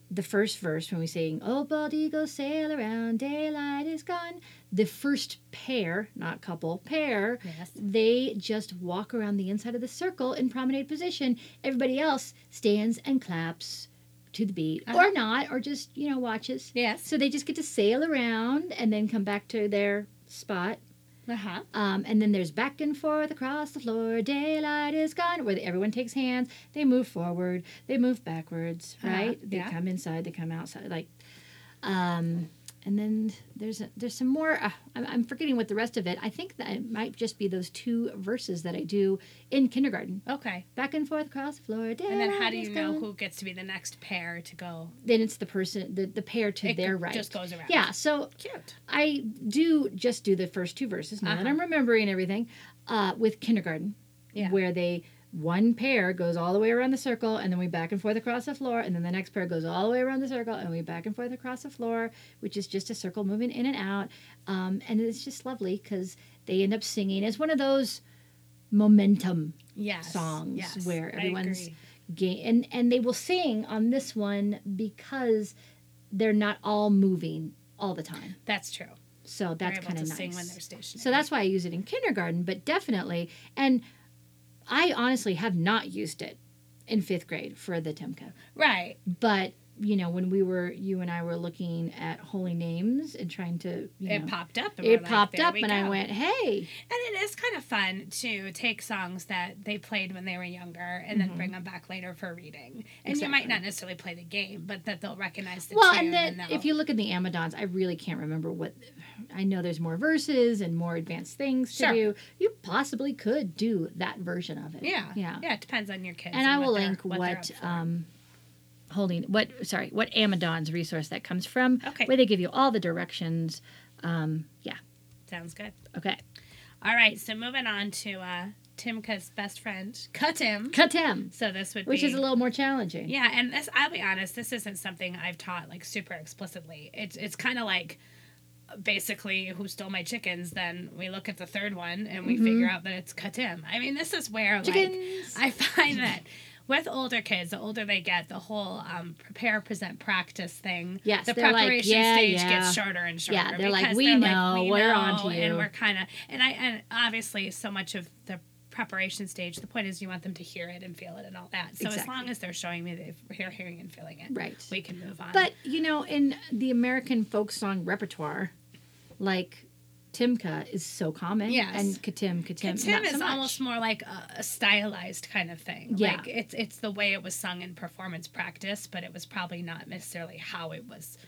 [SPEAKER 1] the first verse when we sing "Oh, bald eagle sail around, daylight is gone." The first pair, not couple, pair,
[SPEAKER 2] Yes.
[SPEAKER 1] they just walk around the inside of the circle in promenade position. Everybody else stands and claps to the beat,
[SPEAKER 2] Uh-huh.
[SPEAKER 1] or not, or just you know watches.
[SPEAKER 2] Yes.
[SPEAKER 1] So they just get to sail around and then come back to their spot.
[SPEAKER 2] Uh huh.
[SPEAKER 1] Um, and then there's back and forth across the floor. Daylight is gone, where everyone takes hands. They move forward. They move backwards.
[SPEAKER 2] Uh-huh,
[SPEAKER 1] Right? They
[SPEAKER 2] yeah.
[SPEAKER 1] come inside. They come outside. Like, um, and then there's a, there's some more. Uh, I'm, I'm forgetting what the rest of it. I think that it might just be those two verses that I do in kindergarten.
[SPEAKER 2] Okay.
[SPEAKER 1] Back and forth across the floor. Daylight
[SPEAKER 2] And then how do
[SPEAKER 1] is
[SPEAKER 2] you know
[SPEAKER 1] gone.
[SPEAKER 2] who gets to be the next pair to go?
[SPEAKER 1] Then it's the person, the, the pair to
[SPEAKER 2] It
[SPEAKER 1] their
[SPEAKER 2] g-
[SPEAKER 1] right.
[SPEAKER 2] Just goes around.
[SPEAKER 1] yeah. So
[SPEAKER 2] Cute.
[SPEAKER 1] I do just do the first two verses now that
[SPEAKER 2] Uh-huh.
[SPEAKER 1] I'm remembering everything uh, with kindergarten,
[SPEAKER 2] Yeah.
[SPEAKER 1] where they one pair goes all the way around the circle and then we back and forth across the floor and then the next pair goes all the way around the circle and we back and forth across the floor which is just a circle moving in and out um, and it's just lovely because they end up singing it's one of those momentum
[SPEAKER 2] Yes.
[SPEAKER 1] songs
[SPEAKER 2] yes.
[SPEAKER 1] where
[SPEAKER 2] I
[SPEAKER 1] everyone's
[SPEAKER 2] agree.
[SPEAKER 1] game and and they will sing on this one because they're not all moving all the time
[SPEAKER 2] That's true.
[SPEAKER 1] so that's
[SPEAKER 2] They're
[SPEAKER 1] kind of
[SPEAKER 2] able to
[SPEAKER 1] nice
[SPEAKER 2] sing when they're stationary.
[SPEAKER 1] so that's why I use it in kindergarten, but definitely. And I honestly have not used it in fifth grade for the Temca.
[SPEAKER 2] right.
[SPEAKER 1] But, you know, when we were, you and I were looking at holy names and trying to, you
[SPEAKER 2] It
[SPEAKER 1] know,
[SPEAKER 2] popped up. And we're
[SPEAKER 1] it
[SPEAKER 2] like,
[SPEAKER 1] popped
[SPEAKER 2] there
[SPEAKER 1] up
[SPEAKER 2] we
[SPEAKER 1] and I
[SPEAKER 2] go.
[SPEAKER 1] went, hey,
[SPEAKER 2] And it is kind of fun to take songs that they played when they were younger and then bring them back later for reading. And you might
[SPEAKER 1] Mm-hmm. Exactly.
[SPEAKER 2] not necessarily play the game, but that they'll recognize the
[SPEAKER 1] well,
[SPEAKER 2] tune.
[SPEAKER 1] and then
[SPEAKER 2] they'll-
[SPEAKER 1] if you look in the Amadons, I really can't remember what. I know there's more verses and more advanced things to
[SPEAKER 2] Sure.
[SPEAKER 1] do. You possibly could do that version of it.
[SPEAKER 2] yeah,
[SPEAKER 1] Yeah.
[SPEAKER 2] yeah, it depends on your kids.
[SPEAKER 1] and I
[SPEAKER 2] what
[SPEAKER 1] will
[SPEAKER 2] they're-
[SPEAKER 1] link
[SPEAKER 2] what
[SPEAKER 1] what,
[SPEAKER 2] they're up for.
[SPEAKER 1] um holding what sorry what Amadon's resource that comes from
[SPEAKER 2] Okay.
[SPEAKER 1] where they give you all the directions um yeah
[SPEAKER 2] sounds good.
[SPEAKER 1] okay
[SPEAKER 2] All right, so moving on to uh, Timka's best friend, Kutim.
[SPEAKER 1] katem
[SPEAKER 2] So this would
[SPEAKER 1] which
[SPEAKER 2] be
[SPEAKER 1] is a little more challenging
[SPEAKER 2] Yeah, and this I'll be honest, this isn't something I've taught like super explicitly. It's it's kind of like basically who stole my chickens, then we look at the third one and we figure out that it's Katim. I mean, this is where
[SPEAKER 1] Mm-hmm. Chickens.
[SPEAKER 2] like I find that with older kids, the older they get, the whole um, prepare, present, practice thing.
[SPEAKER 1] Yes,
[SPEAKER 2] the
[SPEAKER 1] they're like,
[SPEAKER 2] preparation
[SPEAKER 1] "Yeah,
[SPEAKER 2] stage
[SPEAKER 1] yeah."
[SPEAKER 2] gets shorter and shorter.
[SPEAKER 1] Yeah, they're like,
[SPEAKER 2] because
[SPEAKER 1] "We
[SPEAKER 2] they're
[SPEAKER 1] know,
[SPEAKER 2] we
[SPEAKER 1] we're
[SPEAKER 2] know,"
[SPEAKER 1] onto you.
[SPEAKER 2] and we're kind of and I and obviously so much of the preparation stage. The point is you want them to hear it and feel it and all that. So as
[SPEAKER 1] Exactly.
[SPEAKER 2] long as they're showing me that they're hearing and feeling it,
[SPEAKER 1] right
[SPEAKER 2] we can move on.
[SPEAKER 1] but you know in the American folk song repertoire like Timka is so common
[SPEAKER 2] Yes.
[SPEAKER 1] and katim katim
[SPEAKER 2] Tim
[SPEAKER 1] not so
[SPEAKER 2] is
[SPEAKER 1] much.
[SPEAKER 2] almost more like a, a stylized kind of thing.
[SPEAKER 1] Yeah.
[SPEAKER 2] Like it's it's the way it was sung in performance practice, but it was probably not necessarily how it was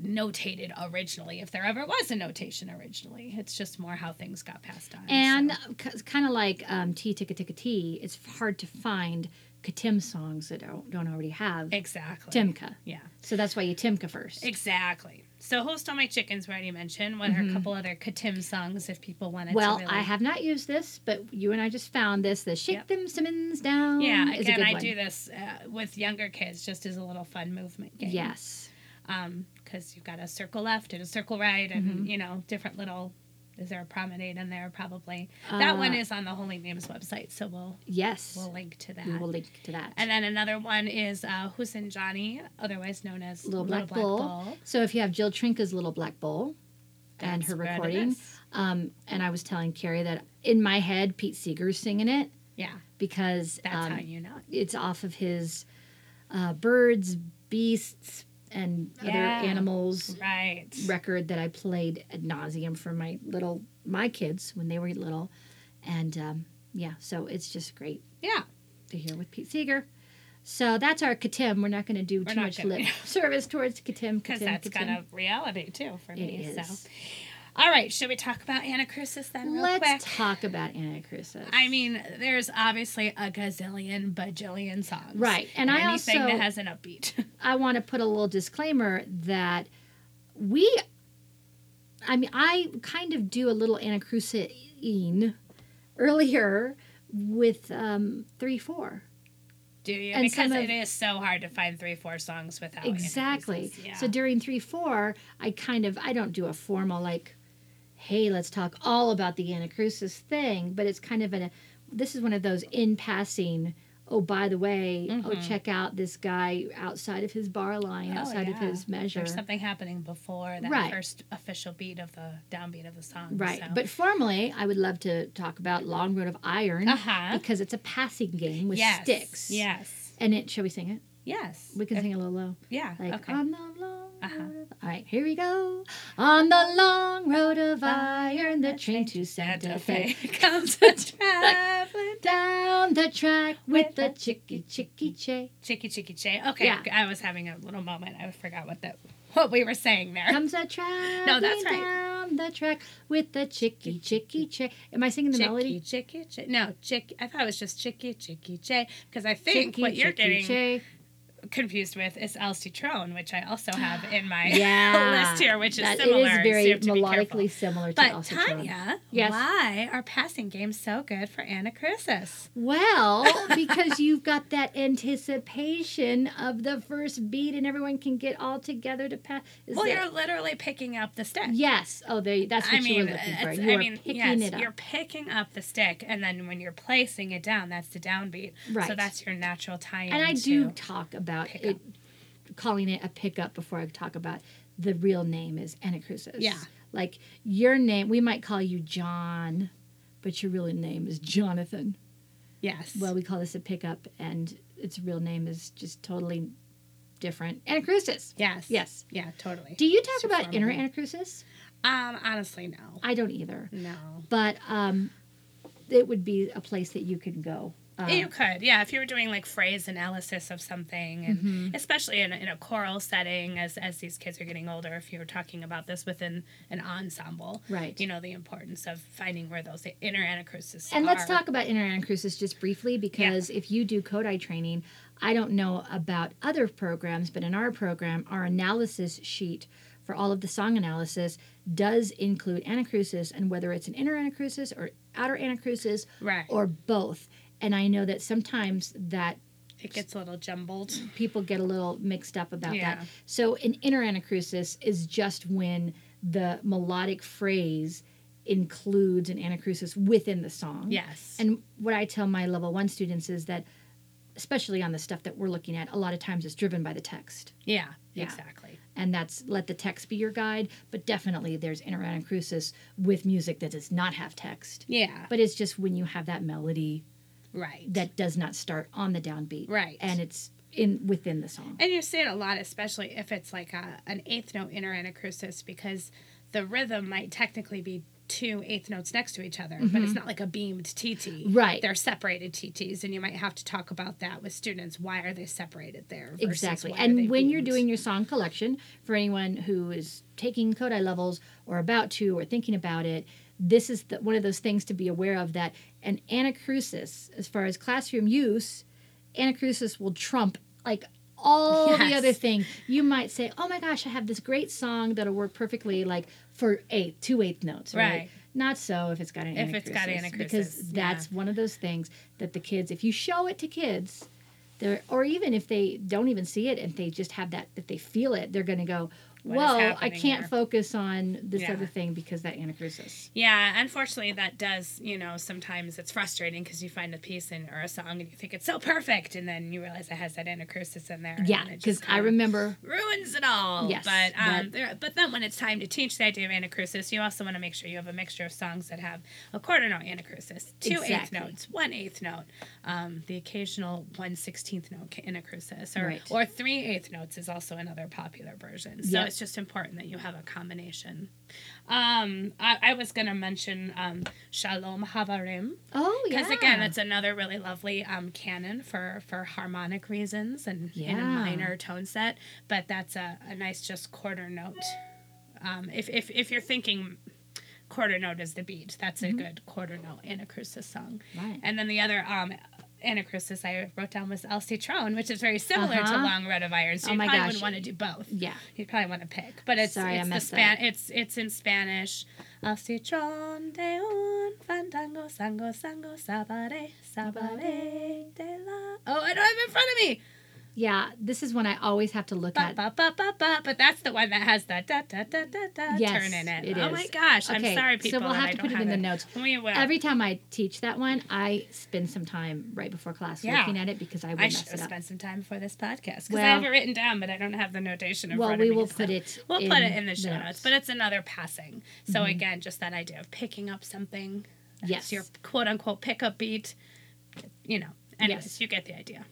[SPEAKER 2] notated originally, if there ever was a notation originally. It's just more how things got passed on.
[SPEAKER 1] and
[SPEAKER 2] so.
[SPEAKER 1] kind of like um, T Ticka Ticka T, it's hard to find Katim songs that don't, don't already have
[SPEAKER 2] exactly.
[SPEAKER 1] Timka.
[SPEAKER 2] Yeah.
[SPEAKER 1] So that's why you Timka first.
[SPEAKER 2] Exactly. So Who Stole My Chickens we already mentioned. What are a couple other Katim songs if people wanted
[SPEAKER 1] Mm-hmm. Well,
[SPEAKER 2] to really
[SPEAKER 1] I have not used this, but you and I just found this. The shake
[SPEAKER 2] Yep.
[SPEAKER 1] them Simmons down.
[SPEAKER 2] Yeah,
[SPEAKER 1] Mm, is a
[SPEAKER 2] again,
[SPEAKER 1] good
[SPEAKER 2] I
[SPEAKER 1] one.
[SPEAKER 2] do this uh, with younger kids just as a little fun movement game.
[SPEAKER 1] Yes,
[SPEAKER 2] Because you've got a circle left and a circle right and,
[SPEAKER 1] Mm-hmm.
[SPEAKER 2] you know, different little. Is there a promenade in there? Probably. that one
[SPEAKER 1] Uh,
[SPEAKER 2] is on the Holy Names website, so we'll
[SPEAKER 1] yes.
[SPEAKER 2] we'll link to that.
[SPEAKER 1] we will link to that.
[SPEAKER 2] and then another one is uh, Hussein Johnny, otherwise known as
[SPEAKER 1] Little Black, Bull. So if you have Jill Trinka's Little Black Bull and
[SPEAKER 2] That's
[SPEAKER 1] her
[SPEAKER 2] what it
[SPEAKER 1] recording,
[SPEAKER 2] is.
[SPEAKER 1] um, and I was telling Carrie that in my head Pete Seeger's singing it
[SPEAKER 2] Yeah,
[SPEAKER 1] because
[SPEAKER 2] that's
[SPEAKER 1] um,
[SPEAKER 2] how you know it.
[SPEAKER 1] it's off of his uh, birds, beasts, and
[SPEAKER 2] Yeah.
[SPEAKER 1] other animals
[SPEAKER 2] Right.
[SPEAKER 1] record that I played ad nauseum for my little my kids when they were little, and um, yeah, so it's just great
[SPEAKER 2] Yeah.
[SPEAKER 1] to hear with Pete Seeger. So that's our Katim. We're not going to do too
[SPEAKER 2] not
[SPEAKER 1] much
[SPEAKER 2] gonna-
[SPEAKER 1] lip *laughs* service towards Katim
[SPEAKER 2] Because
[SPEAKER 1] Katim
[SPEAKER 2] that's
[SPEAKER 1] Katim.
[SPEAKER 2] kind of reality too for me.
[SPEAKER 1] It
[SPEAKER 2] So,
[SPEAKER 1] is.
[SPEAKER 2] all right, should we talk about Anachrysis then, real
[SPEAKER 1] Let's
[SPEAKER 2] quick?
[SPEAKER 1] talk about Anachrysis.
[SPEAKER 2] I mean, there's obviously a gazillion bajillion songs,
[SPEAKER 1] Right, and I
[SPEAKER 2] anything
[SPEAKER 1] also-
[SPEAKER 2] that has an upbeat. *laughs*
[SPEAKER 1] I want to put a little disclaimer that we, I mean, I kind of do a little Anachrusin earlier with um, three four.
[SPEAKER 2] Do you?
[SPEAKER 1] And
[SPEAKER 2] because
[SPEAKER 1] some
[SPEAKER 2] it
[SPEAKER 1] of-
[SPEAKER 2] is so hard to find three, four songs without
[SPEAKER 1] exactly
[SPEAKER 2] Anachrysis. Yeah.
[SPEAKER 1] so during three four i kind of i don't do a formal like hey let's talk all about the anacrusis thing but it's kind of an this is one of those in passing oh, by the way, oh,
[SPEAKER 2] Mm-hmm.
[SPEAKER 1] check out this guy outside of his bar line, outside of
[SPEAKER 2] Oh, yeah.
[SPEAKER 1] his measure.
[SPEAKER 2] There's something happening before that
[SPEAKER 1] Right.
[SPEAKER 2] first official beat of the downbeat of the song.
[SPEAKER 1] Right,
[SPEAKER 2] so-
[SPEAKER 1] but formally, I would love to talk about Long Road of Iron
[SPEAKER 2] Uh-huh.
[SPEAKER 1] because it's a passing game with
[SPEAKER 2] yes.
[SPEAKER 1] sticks.
[SPEAKER 2] Yes.
[SPEAKER 1] and it shall we sing it?
[SPEAKER 2] Yes.
[SPEAKER 1] We can
[SPEAKER 2] If-
[SPEAKER 1] sing it a little low.
[SPEAKER 2] Yeah.
[SPEAKER 1] Like
[SPEAKER 2] okay.
[SPEAKER 1] on the long
[SPEAKER 2] Uh-huh.
[SPEAKER 1] road of- All right, here we go. On the long road of iron, the train to Santa Fe.
[SPEAKER 2] *laughs* comes a traveling.
[SPEAKER 1] Down the track with a chicky
[SPEAKER 2] *laughs*
[SPEAKER 1] chicky chay.
[SPEAKER 2] Chicky chicky chay. Okay.
[SPEAKER 1] Yeah.
[SPEAKER 2] I was having a little moment. I forgot what that what we were saying there.
[SPEAKER 1] Comes a track.
[SPEAKER 2] No, that's right.
[SPEAKER 1] Down the track with a chicky chicky chay. Am I singing the
[SPEAKER 2] chicky,
[SPEAKER 1] melody?
[SPEAKER 2] chicky, chi- No, chicky. I thought it was just chicky, chicky, chay. Because I think what you're getting
[SPEAKER 1] chay.
[SPEAKER 2] confused with is Elsie Trone, which I also have in my
[SPEAKER 1] *gasps* Yeah.
[SPEAKER 2] *laughs* list here, which is
[SPEAKER 1] That-
[SPEAKER 2] similar.
[SPEAKER 1] It is
[SPEAKER 2] so
[SPEAKER 1] very
[SPEAKER 2] you have to be careful.
[SPEAKER 1] melodically similar to
[SPEAKER 2] But
[SPEAKER 1] Elsa Tron.
[SPEAKER 2] Tanya,
[SPEAKER 1] Yes.
[SPEAKER 2] why are passing games so good for Anachrysis? *laughs*
[SPEAKER 1] Well, because you've got that anticipation of the first beat, and everyone can get all together to pass. Is
[SPEAKER 2] Well,
[SPEAKER 1] that-
[SPEAKER 2] you're literally picking up the stick.
[SPEAKER 1] yes. Oh, there. you- That's what
[SPEAKER 2] I mean,
[SPEAKER 1] you
[SPEAKER 2] uh,
[SPEAKER 1] were looking for.
[SPEAKER 2] it's-
[SPEAKER 1] You
[SPEAKER 2] I
[SPEAKER 1] were
[SPEAKER 2] mean,
[SPEAKER 1] picking
[SPEAKER 2] yes,
[SPEAKER 1] it up.
[SPEAKER 2] you're picking up the stick, and then when you're placing it down, that's the downbeat. So
[SPEAKER 1] Right.
[SPEAKER 2] that's your natural tie-in.
[SPEAKER 1] and I
[SPEAKER 2] to-
[SPEAKER 1] do talk about
[SPEAKER 2] pick
[SPEAKER 1] it, calling it a pickup before I talk about the real name is Anacrusis.
[SPEAKER 2] Yeah.
[SPEAKER 1] Like your name, we might call you John, but your real name is Jonathan.
[SPEAKER 2] Yes.
[SPEAKER 1] Well, we call this a pickup, and its real name is just totally different. Anacrusis.
[SPEAKER 2] yes.
[SPEAKER 1] Yes.
[SPEAKER 2] Yeah. Totally.
[SPEAKER 1] Do you talk about
[SPEAKER 2] Superman.
[SPEAKER 1] inner anacrusis?
[SPEAKER 2] um. Honestly, no.
[SPEAKER 1] I don't either.
[SPEAKER 2] No.
[SPEAKER 1] But um, it would be a place that you could go. Uh,
[SPEAKER 2] you could, yeah. If you were doing like phrase analysis of something, and
[SPEAKER 1] Mm-hmm.
[SPEAKER 2] especially in a, in a choral setting, as as these kids are getting older, if you were talking about this within an ensemble,
[SPEAKER 1] Right.
[SPEAKER 2] You know the importance of finding where those inner anachrusis
[SPEAKER 1] and let's
[SPEAKER 2] are.
[SPEAKER 1] talk about inner anacrusis just briefly because if you do Kodai training, I don't know about other programs, but in our program, our analysis sheet for all of the song analysis does include anacrusis and whether it's an inner anacrusis or outer anacrusis
[SPEAKER 2] Right.
[SPEAKER 1] or both. And I know that sometimes that
[SPEAKER 2] It gets a little jumbled.
[SPEAKER 1] people get a little mixed up about
[SPEAKER 2] Yeah.
[SPEAKER 1] that. So an inner anacrusis is just when the melodic phrase includes an anacrusis within the song.
[SPEAKER 2] Yes.
[SPEAKER 1] And what I tell my level one students is that, especially on the stuff that we're looking at, a lot of times it's driven by the text.
[SPEAKER 2] yeah,
[SPEAKER 1] Yeah.
[SPEAKER 2] Exactly.
[SPEAKER 1] And that's let the text be your guide, but definitely there's inner anacrusis with music that does not have text.
[SPEAKER 2] Yeah.
[SPEAKER 1] But it's just when you have that melody
[SPEAKER 2] Right.
[SPEAKER 1] that does not start on the downbeat.
[SPEAKER 2] Right.
[SPEAKER 1] And it's in within the song.
[SPEAKER 2] And you see it a lot, especially if it's like a, an eighth note inner anacrusis, because the rhythm might technically be two eighth notes next to each other, but it's not like a beamed TT.
[SPEAKER 1] Mm-hmm. Right.
[SPEAKER 2] They're separated TTs, and you might have to talk about that with students. Why are they separated there? versus
[SPEAKER 1] Exactly.
[SPEAKER 2] why are they
[SPEAKER 1] And when you're
[SPEAKER 2] beamed?
[SPEAKER 1] doing your song collection, for anyone who is taking Kodai levels or about to or thinking about it, this is the, one of those things to be aware of that an anacrusis, as far as classroom use, anacrusis will trump like all the
[SPEAKER 2] Yes.
[SPEAKER 1] other thing. You might say, oh my gosh, I have this great song that'll work perfectly like for eighth, two eighth notes, right?
[SPEAKER 2] Right.
[SPEAKER 1] Not so if it's got an
[SPEAKER 2] If it's got
[SPEAKER 1] anacrusis,
[SPEAKER 2] anacrusis,
[SPEAKER 1] Because that's one of those things that the kids, if you show it to kids, they're, or even if they don't even see it and they just have that, if they feel it, they're going to go,
[SPEAKER 2] What is
[SPEAKER 1] whoa, I
[SPEAKER 2] happening
[SPEAKER 1] can't
[SPEAKER 2] here?"
[SPEAKER 1] focus on this
[SPEAKER 2] Yeah.
[SPEAKER 1] other thing because that anacrusis.
[SPEAKER 2] Yeah, unfortunately, that does, you know, sometimes it's frustrating because you find a piece in, or a song and you think it's so perfect, and then you realize it has that anacrusis in there. and
[SPEAKER 1] Yeah,
[SPEAKER 2] then it
[SPEAKER 1] because
[SPEAKER 2] just
[SPEAKER 1] I
[SPEAKER 2] kinda
[SPEAKER 1] remember,
[SPEAKER 2] ruins it all.
[SPEAKER 1] Yes,
[SPEAKER 2] but um,
[SPEAKER 1] but-
[SPEAKER 2] there, but then when it's time to teach the idea of anacrusis, you also want to make sure you have a mixture of songs that have a quarter note anacrusis, two eighth
[SPEAKER 1] Exactly.
[SPEAKER 2] notes, one eighth note, um, the occasional one sixteenth note ca- anacrusis, or
[SPEAKER 1] Right.
[SPEAKER 2] or three eighth notes is also another popular version. So
[SPEAKER 1] Yep.
[SPEAKER 2] it's just important that you have a combination. Um, I, I was gonna mention um, Shalom Havarim.
[SPEAKER 1] oh, yeah.
[SPEAKER 2] Because again, it's another really lovely um, canon for for harmonic reasons and in a
[SPEAKER 1] Yeah.
[SPEAKER 2] minor tone set. But that's a, a nice just quarter note. Um, if, if if you're thinking quarter note is the beat, that's
[SPEAKER 1] Mm-hmm.
[SPEAKER 2] a good quarter note anacrusis song.
[SPEAKER 1] Right.
[SPEAKER 2] And then the other um, anacrusis I wrote down was Elsie Trone, which is very similar to
[SPEAKER 1] Uh-huh.
[SPEAKER 2] Long Road of Iron. So
[SPEAKER 1] Oh
[SPEAKER 2] you
[SPEAKER 1] my
[SPEAKER 2] probably
[SPEAKER 1] gosh.
[SPEAKER 2] would want to do both.
[SPEAKER 1] yeah.
[SPEAKER 2] You'd probably want to pick, but it's
[SPEAKER 1] Sorry, I
[SPEAKER 2] it's the
[SPEAKER 1] messed
[SPEAKER 2] span. It's it's in Spanish. Al citron de un fandango sango sango sabare sabare de la. Oh, I don't have it in front of me.
[SPEAKER 1] Yeah, this is one I always have to look
[SPEAKER 2] Ba,
[SPEAKER 1] at.
[SPEAKER 2] ba, ba, ba, ba, but that's the one that has the da da da da da
[SPEAKER 1] Yes,
[SPEAKER 2] turn in it.
[SPEAKER 1] it
[SPEAKER 2] oh
[SPEAKER 1] is.
[SPEAKER 2] my gosh!
[SPEAKER 1] Okay,
[SPEAKER 2] I'm sorry,
[SPEAKER 1] so
[SPEAKER 2] people.
[SPEAKER 1] we'll
[SPEAKER 2] that
[SPEAKER 1] have
[SPEAKER 2] I
[SPEAKER 1] to
[SPEAKER 2] don't
[SPEAKER 1] put it in the
[SPEAKER 2] it.
[SPEAKER 1] notes.
[SPEAKER 2] We will.
[SPEAKER 1] Every time I teach that one, I spend some time right before class
[SPEAKER 2] Yeah.
[SPEAKER 1] looking at it because I will
[SPEAKER 2] I should
[SPEAKER 1] mess
[SPEAKER 2] have
[SPEAKER 1] it up.
[SPEAKER 2] spent some time before this podcast because I
[SPEAKER 1] Well-
[SPEAKER 2] have it written down, but I don't have the notation in
[SPEAKER 1] Well,
[SPEAKER 2] front
[SPEAKER 1] we
[SPEAKER 2] of me.
[SPEAKER 1] will
[SPEAKER 2] so
[SPEAKER 1] put it.
[SPEAKER 2] We'll put it in the show notes. but
[SPEAKER 1] But
[SPEAKER 2] it's another passing. So again, just that idea of picking up something. That's
[SPEAKER 1] Yes.
[SPEAKER 2] your quote unquote pickup beat. You know, anyways,
[SPEAKER 1] Yes.
[SPEAKER 2] you get the idea.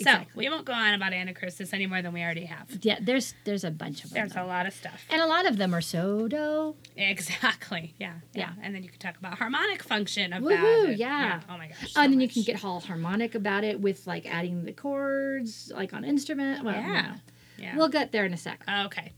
[SPEAKER 2] So
[SPEAKER 1] Exactly.
[SPEAKER 2] we won't go on about Anachristus any more than we already have.
[SPEAKER 1] yeah, there's there's a bunch of them,
[SPEAKER 2] There's
[SPEAKER 1] though.
[SPEAKER 2] a lot of stuff.
[SPEAKER 1] and a lot of them are so do.
[SPEAKER 2] *laughs* Exactly. Yeah. Yeah. And then you can talk about harmonic function of that.
[SPEAKER 1] Woohoo,
[SPEAKER 2] and-
[SPEAKER 1] yeah.
[SPEAKER 2] Oh my gosh. so
[SPEAKER 1] Oh, and then you can
[SPEAKER 2] much.
[SPEAKER 1] get all harmonic about it with like adding the chords, like on instrument. Well,
[SPEAKER 2] Yeah.
[SPEAKER 1] yeah.
[SPEAKER 2] Yeah. Uh,
[SPEAKER 1] We'll get there in a sec.
[SPEAKER 2] Okay.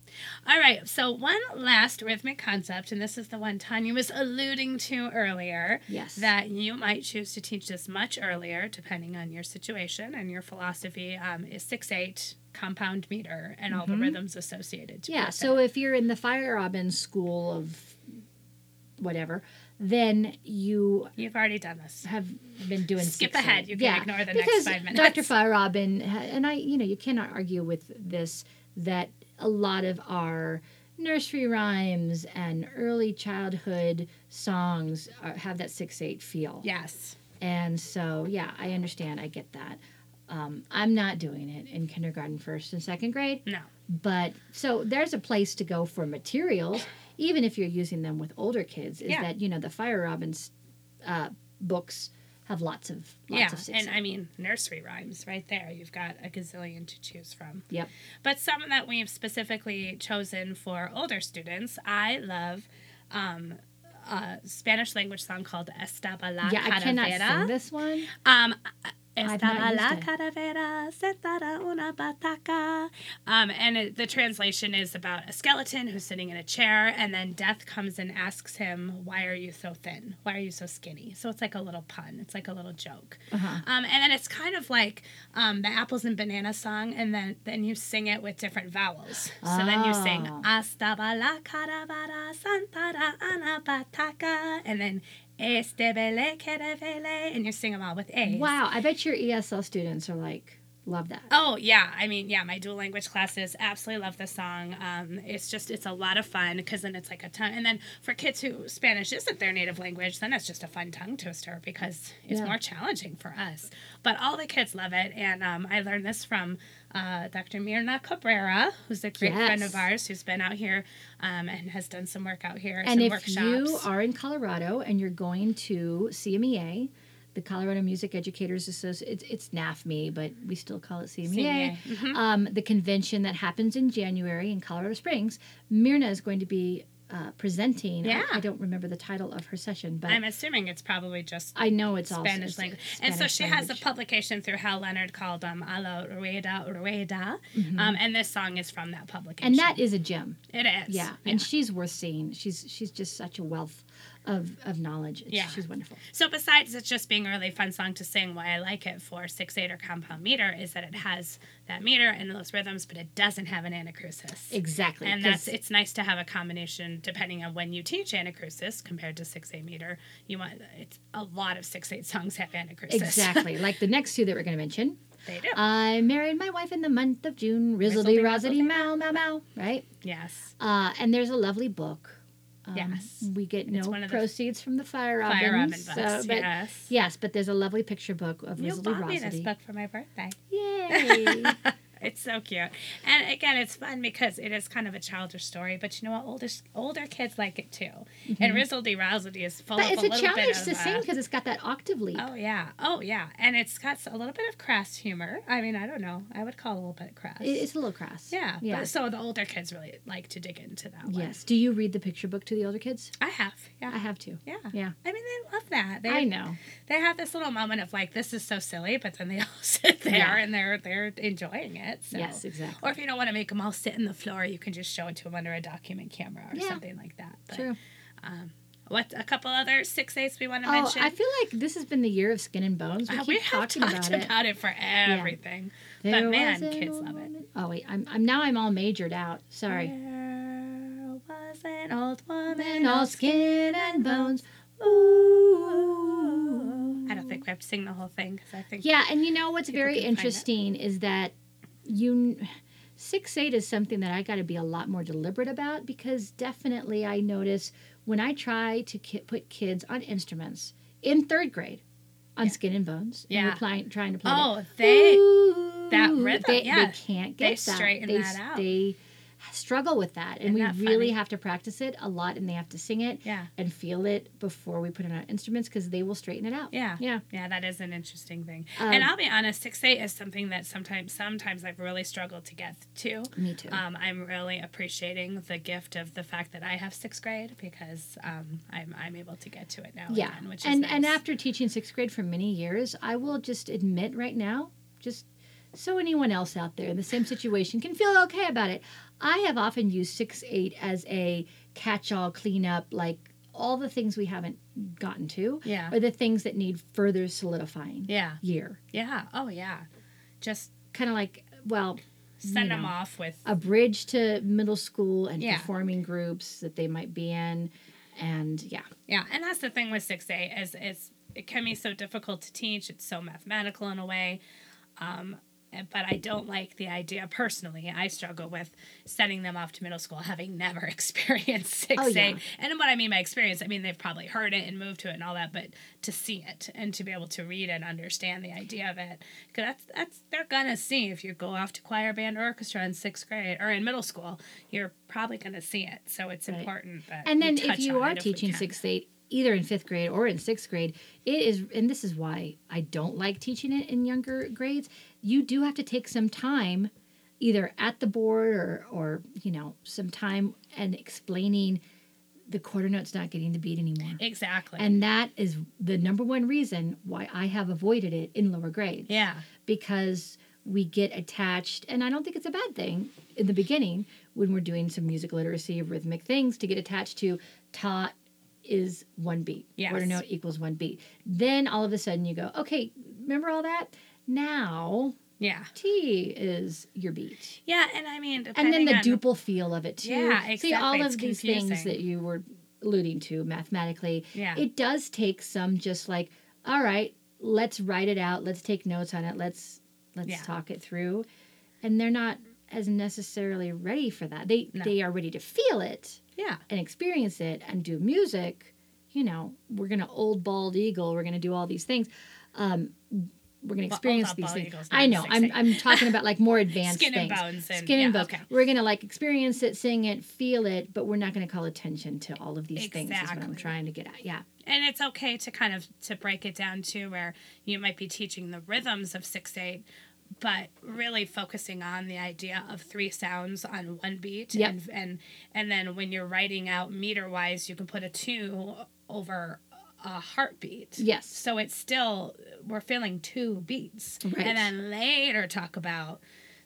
[SPEAKER 2] All right. So, one last rhythmic concept, and this is the one Tanya was alluding to earlier,
[SPEAKER 1] Yes.
[SPEAKER 2] that you might choose to teach this much earlier, depending on your situation and your philosophy, um, is 6 8 compound meter and all the rhythms associated to
[SPEAKER 1] Mm-hmm. Yeah.
[SPEAKER 2] with
[SPEAKER 1] So
[SPEAKER 2] it.
[SPEAKER 1] if you're in the Fire Robin School of whatever, then you
[SPEAKER 2] You've already done this.
[SPEAKER 1] have been doing.
[SPEAKER 2] Skip
[SPEAKER 1] six
[SPEAKER 2] ahead.
[SPEAKER 1] eight.
[SPEAKER 2] You can ignore the next
[SPEAKER 1] because
[SPEAKER 2] five minutes.
[SPEAKER 1] Dr. Fire Robin, ha- and I, you know, you cannot argue with this that a lot of our nursery rhymes and early childhood songs are, have that six eight feel.
[SPEAKER 2] Yes.
[SPEAKER 1] And so, yeah, I understand. I get that. Um, I'm not doing it in kindergarten, first, and second grade.
[SPEAKER 2] No.
[SPEAKER 1] But so there's a place to go for materials, even if you're using them with older kids. Is
[SPEAKER 2] Yeah.
[SPEAKER 1] that you know the Fire Robins uh, books have lots of lots
[SPEAKER 2] yeah.
[SPEAKER 1] of six.
[SPEAKER 2] and I mean, nursery rhymes right there. You've got a gazillion to choose from.
[SPEAKER 1] yep.
[SPEAKER 2] but some that we've specifically chosen for older students. I love um, a Spanish language song called Estaba la
[SPEAKER 1] Yeah, I cannot sing
[SPEAKER 2] Caravera.
[SPEAKER 1] this one.
[SPEAKER 2] Um,
[SPEAKER 1] I've not
[SPEAKER 2] Estaba la
[SPEAKER 1] used it.
[SPEAKER 2] caravera, sentada una bataca. Um, and it, the translation is about a skeleton who's sitting in a chair, and then death comes and asks him, Why are you so thin? Why are you so skinny? So it's like a little pun, it's like a little joke.
[SPEAKER 1] Uh-huh.
[SPEAKER 2] Um, and then it's kind of like um, the apples and banana song, and then then you sing it with different vowels. So then you sing
[SPEAKER 1] Ah.
[SPEAKER 2] Astaba la caravara santara anapataka, and then Estebele kerevele, and you sing them all with A's.
[SPEAKER 1] Wow, I bet your ESL students are like love that.
[SPEAKER 2] Oh yeah, I mean yeah, my dual language classes absolutely love the song. Um, it's just it's a lot of fun because then it's like a ton, and then for kids who Spanish isn't their native language, then it's just a fun tongue twister because it's
[SPEAKER 1] Yeah.
[SPEAKER 2] more challenging for us. But all the kids love it, and um, I learned this from uh, Dr. Mirna Cabrera, who's a great friend of
[SPEAKER 1] Yes.
[SPEAKER 2] ours who's been out here um, and has done some work out here,
[SPEAKER 1] And
[SPEAKER 2] some
[SPEAKER 1] if
[SPEAKER 2] workshops.
[SPEAKER 1] you are in Colorado and you're going to CMEA, the Colorado Music Educators Association, it's, it's NAFME, but we still call it CMEA,
[SPEAKER 2] CMEA,
[SPEAKER 1] Um, the convention that happens in January in Colorado Springs, Mirna is going to be uh, presenting. I-
[SPEAKER 2] Yeah.
[SPEAKER 1] I, don't remember the title of her session, but
[SPEAKER 2] I'm assuming it's probably just
[SPEAKER 1] I know it's all
[SPEAKER 2] Spanish
[SPEAKER 1] it's
[SPEAKER 2] language.
[SPEAKER 1] Spanish
[SPEAKER 2] and so she has
[SPEAKER 1] language.
[SPEAKER 2] a publication through Hal Leonard called um, A la Rueda Rueda. Um, and this song is from that publication.
[SPEAKER 1] Mm-hmm. and that is a gem.
[SPEAKER 2] it is.
[SPEAKER 1] Yeah, and she's worth seeing. She's she's just such a wealth of, of knowledge. It's-
[SPEAKER 2] Yeah.
[SPEAKER 1] She's wonderful.
[SPEAKER 2] So besides it just being a really fun song to sing, why I like it for six eight or compound meter is that it has that meter and those rhythms, but it doesn't have an anacrusis.
[SPEAKER 1] Exactly.
[SPEAKER 2] and
[SPEAKER 1] 'cause-
[SPEAKER 2] that's it's nice to have a combination depending on when you teach anacrusis compared to six eight meter. You want it's a lot of six eight songs have anacrusis. *laughs*
[SPEAKER 1] Exactly. like the next two that we're going to mention.
[SPEAKER 2] they do.
[SPEAKER 1] I married my wife in the month of June. Rizzledy,
[SPEAKER 2] Rizzledy,
[SPEAKER 1] rozzledy,
[SPEAKER 2] rozzledy,
[SPEAKER 1] mow, mow, mow. Right?
[SPEAKER 2] yes.
[SPEAKER 1] Uh, and there's a lovely book. Um,
[SPEAKER 2] Yes.
[SPEAKER 1] We get no
[SPEAKER 2] one of the
[SPEAKER 1] proceeds from the Fire Robin.
[SPEAKER 2] Fire Robin bus.
[SPEAKER 1] so- but-
[SPEAKER 2] yes.
[SPEAKER 1] Yes, but there's a lovely picture book of
[SPEAKER 2] You
[SPEAKER 1] Rizzledy
[SPEAKER 2] bought me this
[SPEAKER 1] Rozzledy.
[SPEAKER 2] book *laughs* for my birthday. *laughs*
[SPEAKER 1] Yay!
[SPEAKER 2] It's so cute, and again, it's fun because it is kind of a childish story. But you know what? Older older kids like it too. And Rizzledy Rousedy is full
[SPEAKER 1] Mm-hmm. but it's
[SPEAKER 2] of a,
[SPEAKER 1] a
[SPEAKER 2] little bit
[SPEAKER 1] challenge
[SPEAKER 2] of
[SPEAKER 1] to sing
[SPEAKER 2] uh,
[SPEAKER 1] because it's got that octave leap.
[SPEAKER 2] oh yeah, oh yeah, and it's got a little bit of crass humor. I mean, I don't know. I would call it a little bit crass.
[SPEAKER 1] It- it's a little crass.
[SPEAKER 2] yeah,
[SPEAKER 1] Yeah.
[SPEAKER 2] But, so the older kids really like to dig into that one.
[SPEAKER 1] yes. Do you read the picture book to the older kids?
[SPEAKER 2] I have. Yeah.
[SPEAKER 1] I have to.
[SPEAKER 2] yeah.
[SPEAKER 1] Yeah.
[SPEAKER 2] I mean, they love that. They,
[SPEAKER 1] I know.
[SPEAKER 2] They have this little moment of like, this is so silly, but then they *laughs* all sit there
[SPEAKER 1] Yeah.
[SPEAKER 2] and they're they're enjoying it. So.
[SPEAKER 1] Yes, exactly.
[SPEAKER 2] Or if you don't want to make them all sit on the floor, you can just show it to them under a document camera or
[SPEAKER 1] Yeah.
[SPEAKER 2] something like that. But
[SPEAKER 1] True.
[SPEAKER 2] What a couple other six eights we want to
[SPEAKER 1] Oh,
[SPEAKER 2] mention.
[SPEAKER 1] I feel like this has been the year of skin and bones. We
[SPEAKER 2] Uh,
[SPEAKER 1] keep
[SPEAKER 2] we have
[SPEAKER 1] talking
[SPEAKER 2] talked
[SPEAKER 1] about
[SPEAKER 2] about,
[SPEAKER 1] it.
[SPEAKER 2] it. for everything.
[SPEAKER 1] There
[SPEAKER 2] but man,
[SPEAKER 1] wasn't
[SPEAKER 2] kids
[SPEAKER 1] a
[SPEAKER 2] love it.
[SPEAKER 1] woman- Oh wait, I'm, I'm now I'm all majored out. Sorry.
[SPEAKER 2] There was an old woman.
[SPEAKER 1] And all skin and bones. Ooh.
[SPEAKER 2] I don't think we have to sing the whole thing because I think
[SPEAKER 1] Yeah, and you know what's
[SPEAKER 2] People
[SPEAKER 1] very
[SPEAKER 2] can find it.
[SPEAKER 1] interesting is that you six eight is something that I got to be a lot more deliberate about because definitely I notice when I try to ki- put kids on instruments in third grade on Skin and Bones. and
[SPEAKER 2] Yeah.
[SPEAKER 1] we're playing, trying to play. that,
[SPEAKER 2] Oh, they.
[SPEAKER 1] ooh,
[SPEAKER 2] that rhythm,
[SPEAKER 1] They,
[SPEAKER 2] yeah.
[SPEAKER 1] they can't
[SPEAKER 2] They
[SPEAKER 1] get that.
[SPEAKER 2] straighten
[SPEAKER 1] they,
[SPEAKER 2] that out.
[SPEAKER 1] They struggle with that, and
[SPEAKER 2] Isn't
[SPEAKER 1] we
[SPEAKER 2] that
[SPEAKER 1] really
[SPEAKER 2] funny?
[SPEAKER 1] have to practice it a lot, and they have to sing it
[SPEAKER 2] Yeah.
[SPEAKER 1] and feel it before we put it on instruments because they will straighten it out.
[SPEAKER 2] Yeah.
[SPEAKER 1] yeah.
[SPEAKER 2] Yeah, that is an interesting thing. and
[SPEAKER 1] Um,
[SPEAKER 2] I'll be honest, six eight is something that sometimes sometimes I've really struggled to get to.
[SPEAKER 1] Me too.
[SPEAKER 2] Um, I'm really appreciating the gift of the fact that I have sixth grade because um, I'm I'm able to get to it now.
[SPEAKER 1] yeah,
[SPEAKER 2] and then, which is
[SPEAKER 1] and and
[SPEAKER 2] nice.
[SPEAKER 1] after teaching sixth grade for many years, I will just admit right now, just so anyone else out there in the same situation can feel okay about it. I have often used six eight as a catch-all cleanup, like all the things we haven't gotten to.
[SPEAKER 2] yeah
[SPEAKER 1] *laughs* are the things that need further solidifying
[SPEAKER 2] yeah
[SPEAKER 1] year.
[SPEAKER 2] yeah oh yeah, just
[SPEAKER 1] Kind of like, well,
[SPEAKER 2] send
[SPEAKER 1] You
[SPEAKER 2] them
[SPEAKER 1] know.
[SPEAKER 2] off with
[SPEAKER 1] a bridge to middle school and
[SPEAKER 2] Yeah.
[SPEAKER 1] performing groups that they might be in. And yeah,
[SPEAKER 2] Yeah, and that's the thing with six A is it's it can be so difficult to teach. It's so mathematical in a way. Um, and- but I don't like the idea personally. I struggle with sending them off to middle school, having never *laughs* experienced six
[SPEAKER 1] Oh,
[SPEAKER 2] A.
[SPEAKER 1] yeah.
[SPEAKER 2] And what I mean by experience, I mean they've probably heard it and moved to it and all that, but to see it and to be able to read and understand the idea of it, because that's that's they're gonna see if you go off to choir, band, or orchestra in sixth grade or in middle school, you're probably gonna see it. So it's
[SPEAKER 1] Right.
[SPEAKER 2] important that
[SPEAKER 1] and
[SPEAKER 2] we
[SPEAKER 1] then if
[SPEAKER 2] touch
[SPEAKER 1] you
[SPEAKER 2] on
[SPEAKER 1] are
[SPEAKER 2] it if we
[SPEAKER 1] teaching
[SPEAKER 2] can.
[SPEAKER 1] sixth, eighth, either in fifth grade or in sixth grade, it is, and this is why I don't like teaching it in younger grades. You do have to take some time, either at the board or, or you know, some time and explaining the quarter note's not getting the beat anymore.
[SPEAKER 2] Exactly.
[SPEAKER 1] And that is the number one reason why I have avoided it in lower grades.
[SPEAKER 2] yeah.
[SPEAKER 1] Because we get attached, and I don't think it's a bad thing in the beginning when we're doing some music literacy, rhythmic things to get attached to ta is one beat.
[SPEAKER 2] Yes.
[SPEAKER 1] Quarter note equals one beat. Then all of a sudden you go, okay, remember all that? Now
[SPEAKER 2] Yeah.
[SPEAKER 1] T is your beat.
[SPEAKER 2] Yeah, and I mean,
[SPEAKER 1] And then the
[SPEAKER 2] depending on-
[SPEAKER 1] duple feel of it too.
[SPEAKER 2] Yeah,
[SPEAKER 1] See all
[SPEAKER 2] exactly.
[SPEAKER 1] of
[SPEAKER 2] It's
[SPEAKER 1] these things
[SPEAKER 2] confusing.
[SPEAKER 1] that you were alluding to mathematically
[SPEAKER 2] Yeah.
[SPEAKER 1] it does take some just like all right let's write it out let's take notes on it let's let's
[SPEAKER 2] Yeah.
[SPEAKER 1] talk it through and they're not as necessarily ready for that they
[SPEAKER 2] No.
[SPEAKER 1] they are ready to feel it
[SPEAKER 2] yeah.
[SPEAKER 1] and experience it and do music you know we're gonna old bald eagle we're gonna do all these things um we're gonna
[SPEAKER 2] Well, Old
[SPEAKER 1] experience
[SPEAKER 2] Bald
[SPEAKER 1] these things
[SPEAKER 2] Eagle's not
[SPEAKER 1] i know
[SPEAKER 2] six,
[SPEAKER 1] i'm
[SPEAKER 2] eight.
[SPEAKER 1] i'm talking about like
[SPEAKER 2] *laughs*
[SPEAKER 1] more advanced
[SPEAKER 2] Skin and
[SPEAKER 1] things
[SPEAKER 2] bones and
[SPEAKER 1] skin and
[SPEAKER 2] yeah,
[SPEAKER 1] bones
[SPEAKER 2] Okay.
[SPEAKER 1] we're gonna like experience it sing it feel it but we're not gonna call attention to all of these things is what i'm
[SPEAKER 2] Exactly.
[SPEAKER 1] trying to get at yeah
[SPEAKER 2] And it's okay to kind of to break it down to where you might be teaching the rhythms of six eight, but really focusing on the idea of three sounds on one beat.
[SPEAKER 1] Yep.
[SPEAKER 2] And, and and then when you're writing out meter wise, you can put a two over a heartbeat.
[SPEAKER 1] yes
[SPEAKER 2] So it's still we're feeling two beats,
[SPEAKER 1] Right.
[SPEAKER 2] and then later talk about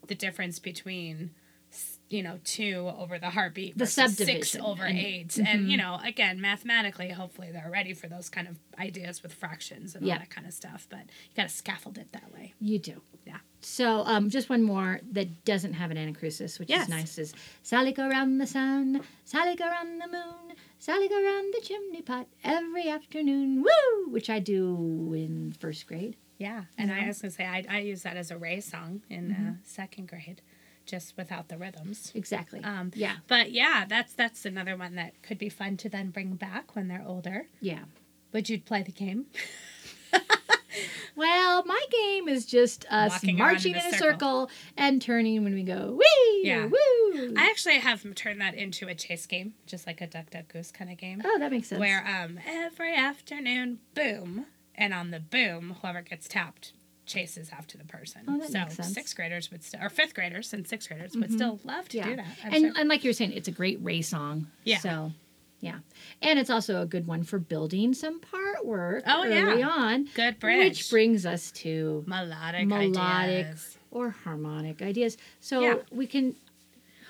[SPEAKER 2] the difference between s- you know two over the heartbeat,
[SPEAKER 1] The
[SPEAKER 2] versus six
[SPEAKER 1] subdivision
[SPEAKER 2] over
[SPEAKER 1] and- mm-hmm.
[SPEAKER 2] eight, and you know again mathematically, hopefully they're ready for those kind of ideas with fractions and
[SPEAKER 1] Yeah.
[SPEAKER 2] all that kind of stuff. But you got to scaffold it that way.
[SPEAKER 1] You do.
[SPEAKER 2] Yeah.
[SPEAKER 1] So um, just one more that doesn't have an anacrusis, which
[SPEAKER 2] Yes.
[SPEAKER 1] is nice, is Sally go round the sun, Sally go round the moon, Sally go round the chimney pot every afternoon, woo! Which I do in first grade.
[SPEAKER 2] Yeah, and I
[SPEAKER 1] Yeah. Mm-hmm.
[SPEAKER 2] was gonna say I I use that as a Ray song in uh, second grade, just without the rhythms.
[SPEAKER 1] Exactly.
[SPEAKER 2] Um,
[SPEAKER 1] yeah.
[SPEAKER 2] But yeah, that's that's another one that could be fun to then bring back when they're older.
[SPEAKER 1] Yeah.
[SPEAKER 2] Would you play the game?
[SPEAKER 1] Well, my game is just us
[SPEAKER 2] Walking around
[SPEAKER 1] marching
[SPEAKER 2] in
[SPEAKER 1] in
[SPEAKER 2] a
[SPEAKER 1] a,
[SPEAKER 2] circle.
[SPEAKER 1] circle. and turning when we go, wee!
[SPEAKER 2] Yeah.
[SPEAKER 1] Yeah. Woo!
[SPEAKER 2] I actually have turned that into a chase game, just like a duck, duck, goose kind of game,
[SPEAKER 1] oh, that makes sense.
[SPEAKER 2] where um every afternoon, boom, and on the boom, whoever gets tapped chases after the person.
[SPEAKER 1] Oh, that
[SPEAKER 2] so
[SPEAKER 1] makes sense. Mm-hmm.
[SPEAKER 2] sixth graders would still, or fifth graders and sixth graders would still love to
[SPEAKER 1] Yeah.
[SPEAKER 2] do that. I'm
[SPEAKER 1] and,
[SPEAKER 2] sure-
[SPEAKER 1] and like you were saying, it's a great Ray song.
[SPEAKER 2] Yeah.
[SPEAKER 1] So, yeah. And it's also a good one for building some part work
[SPEAKER 2] Oh, yeah.
[SPEAKER 1] early on.
[SPEAKER 2] good bridge,
[SPEAKER 1] Which brings us to
[SPEAKER 2] melodic,
[SPEAKER 1] melodic
[SPEAKER 2] ideas.
[SPEAKER 1] or harmonic ideas. So
[SPEAKER 2] Yeah.
[SPEAKER 1] we can.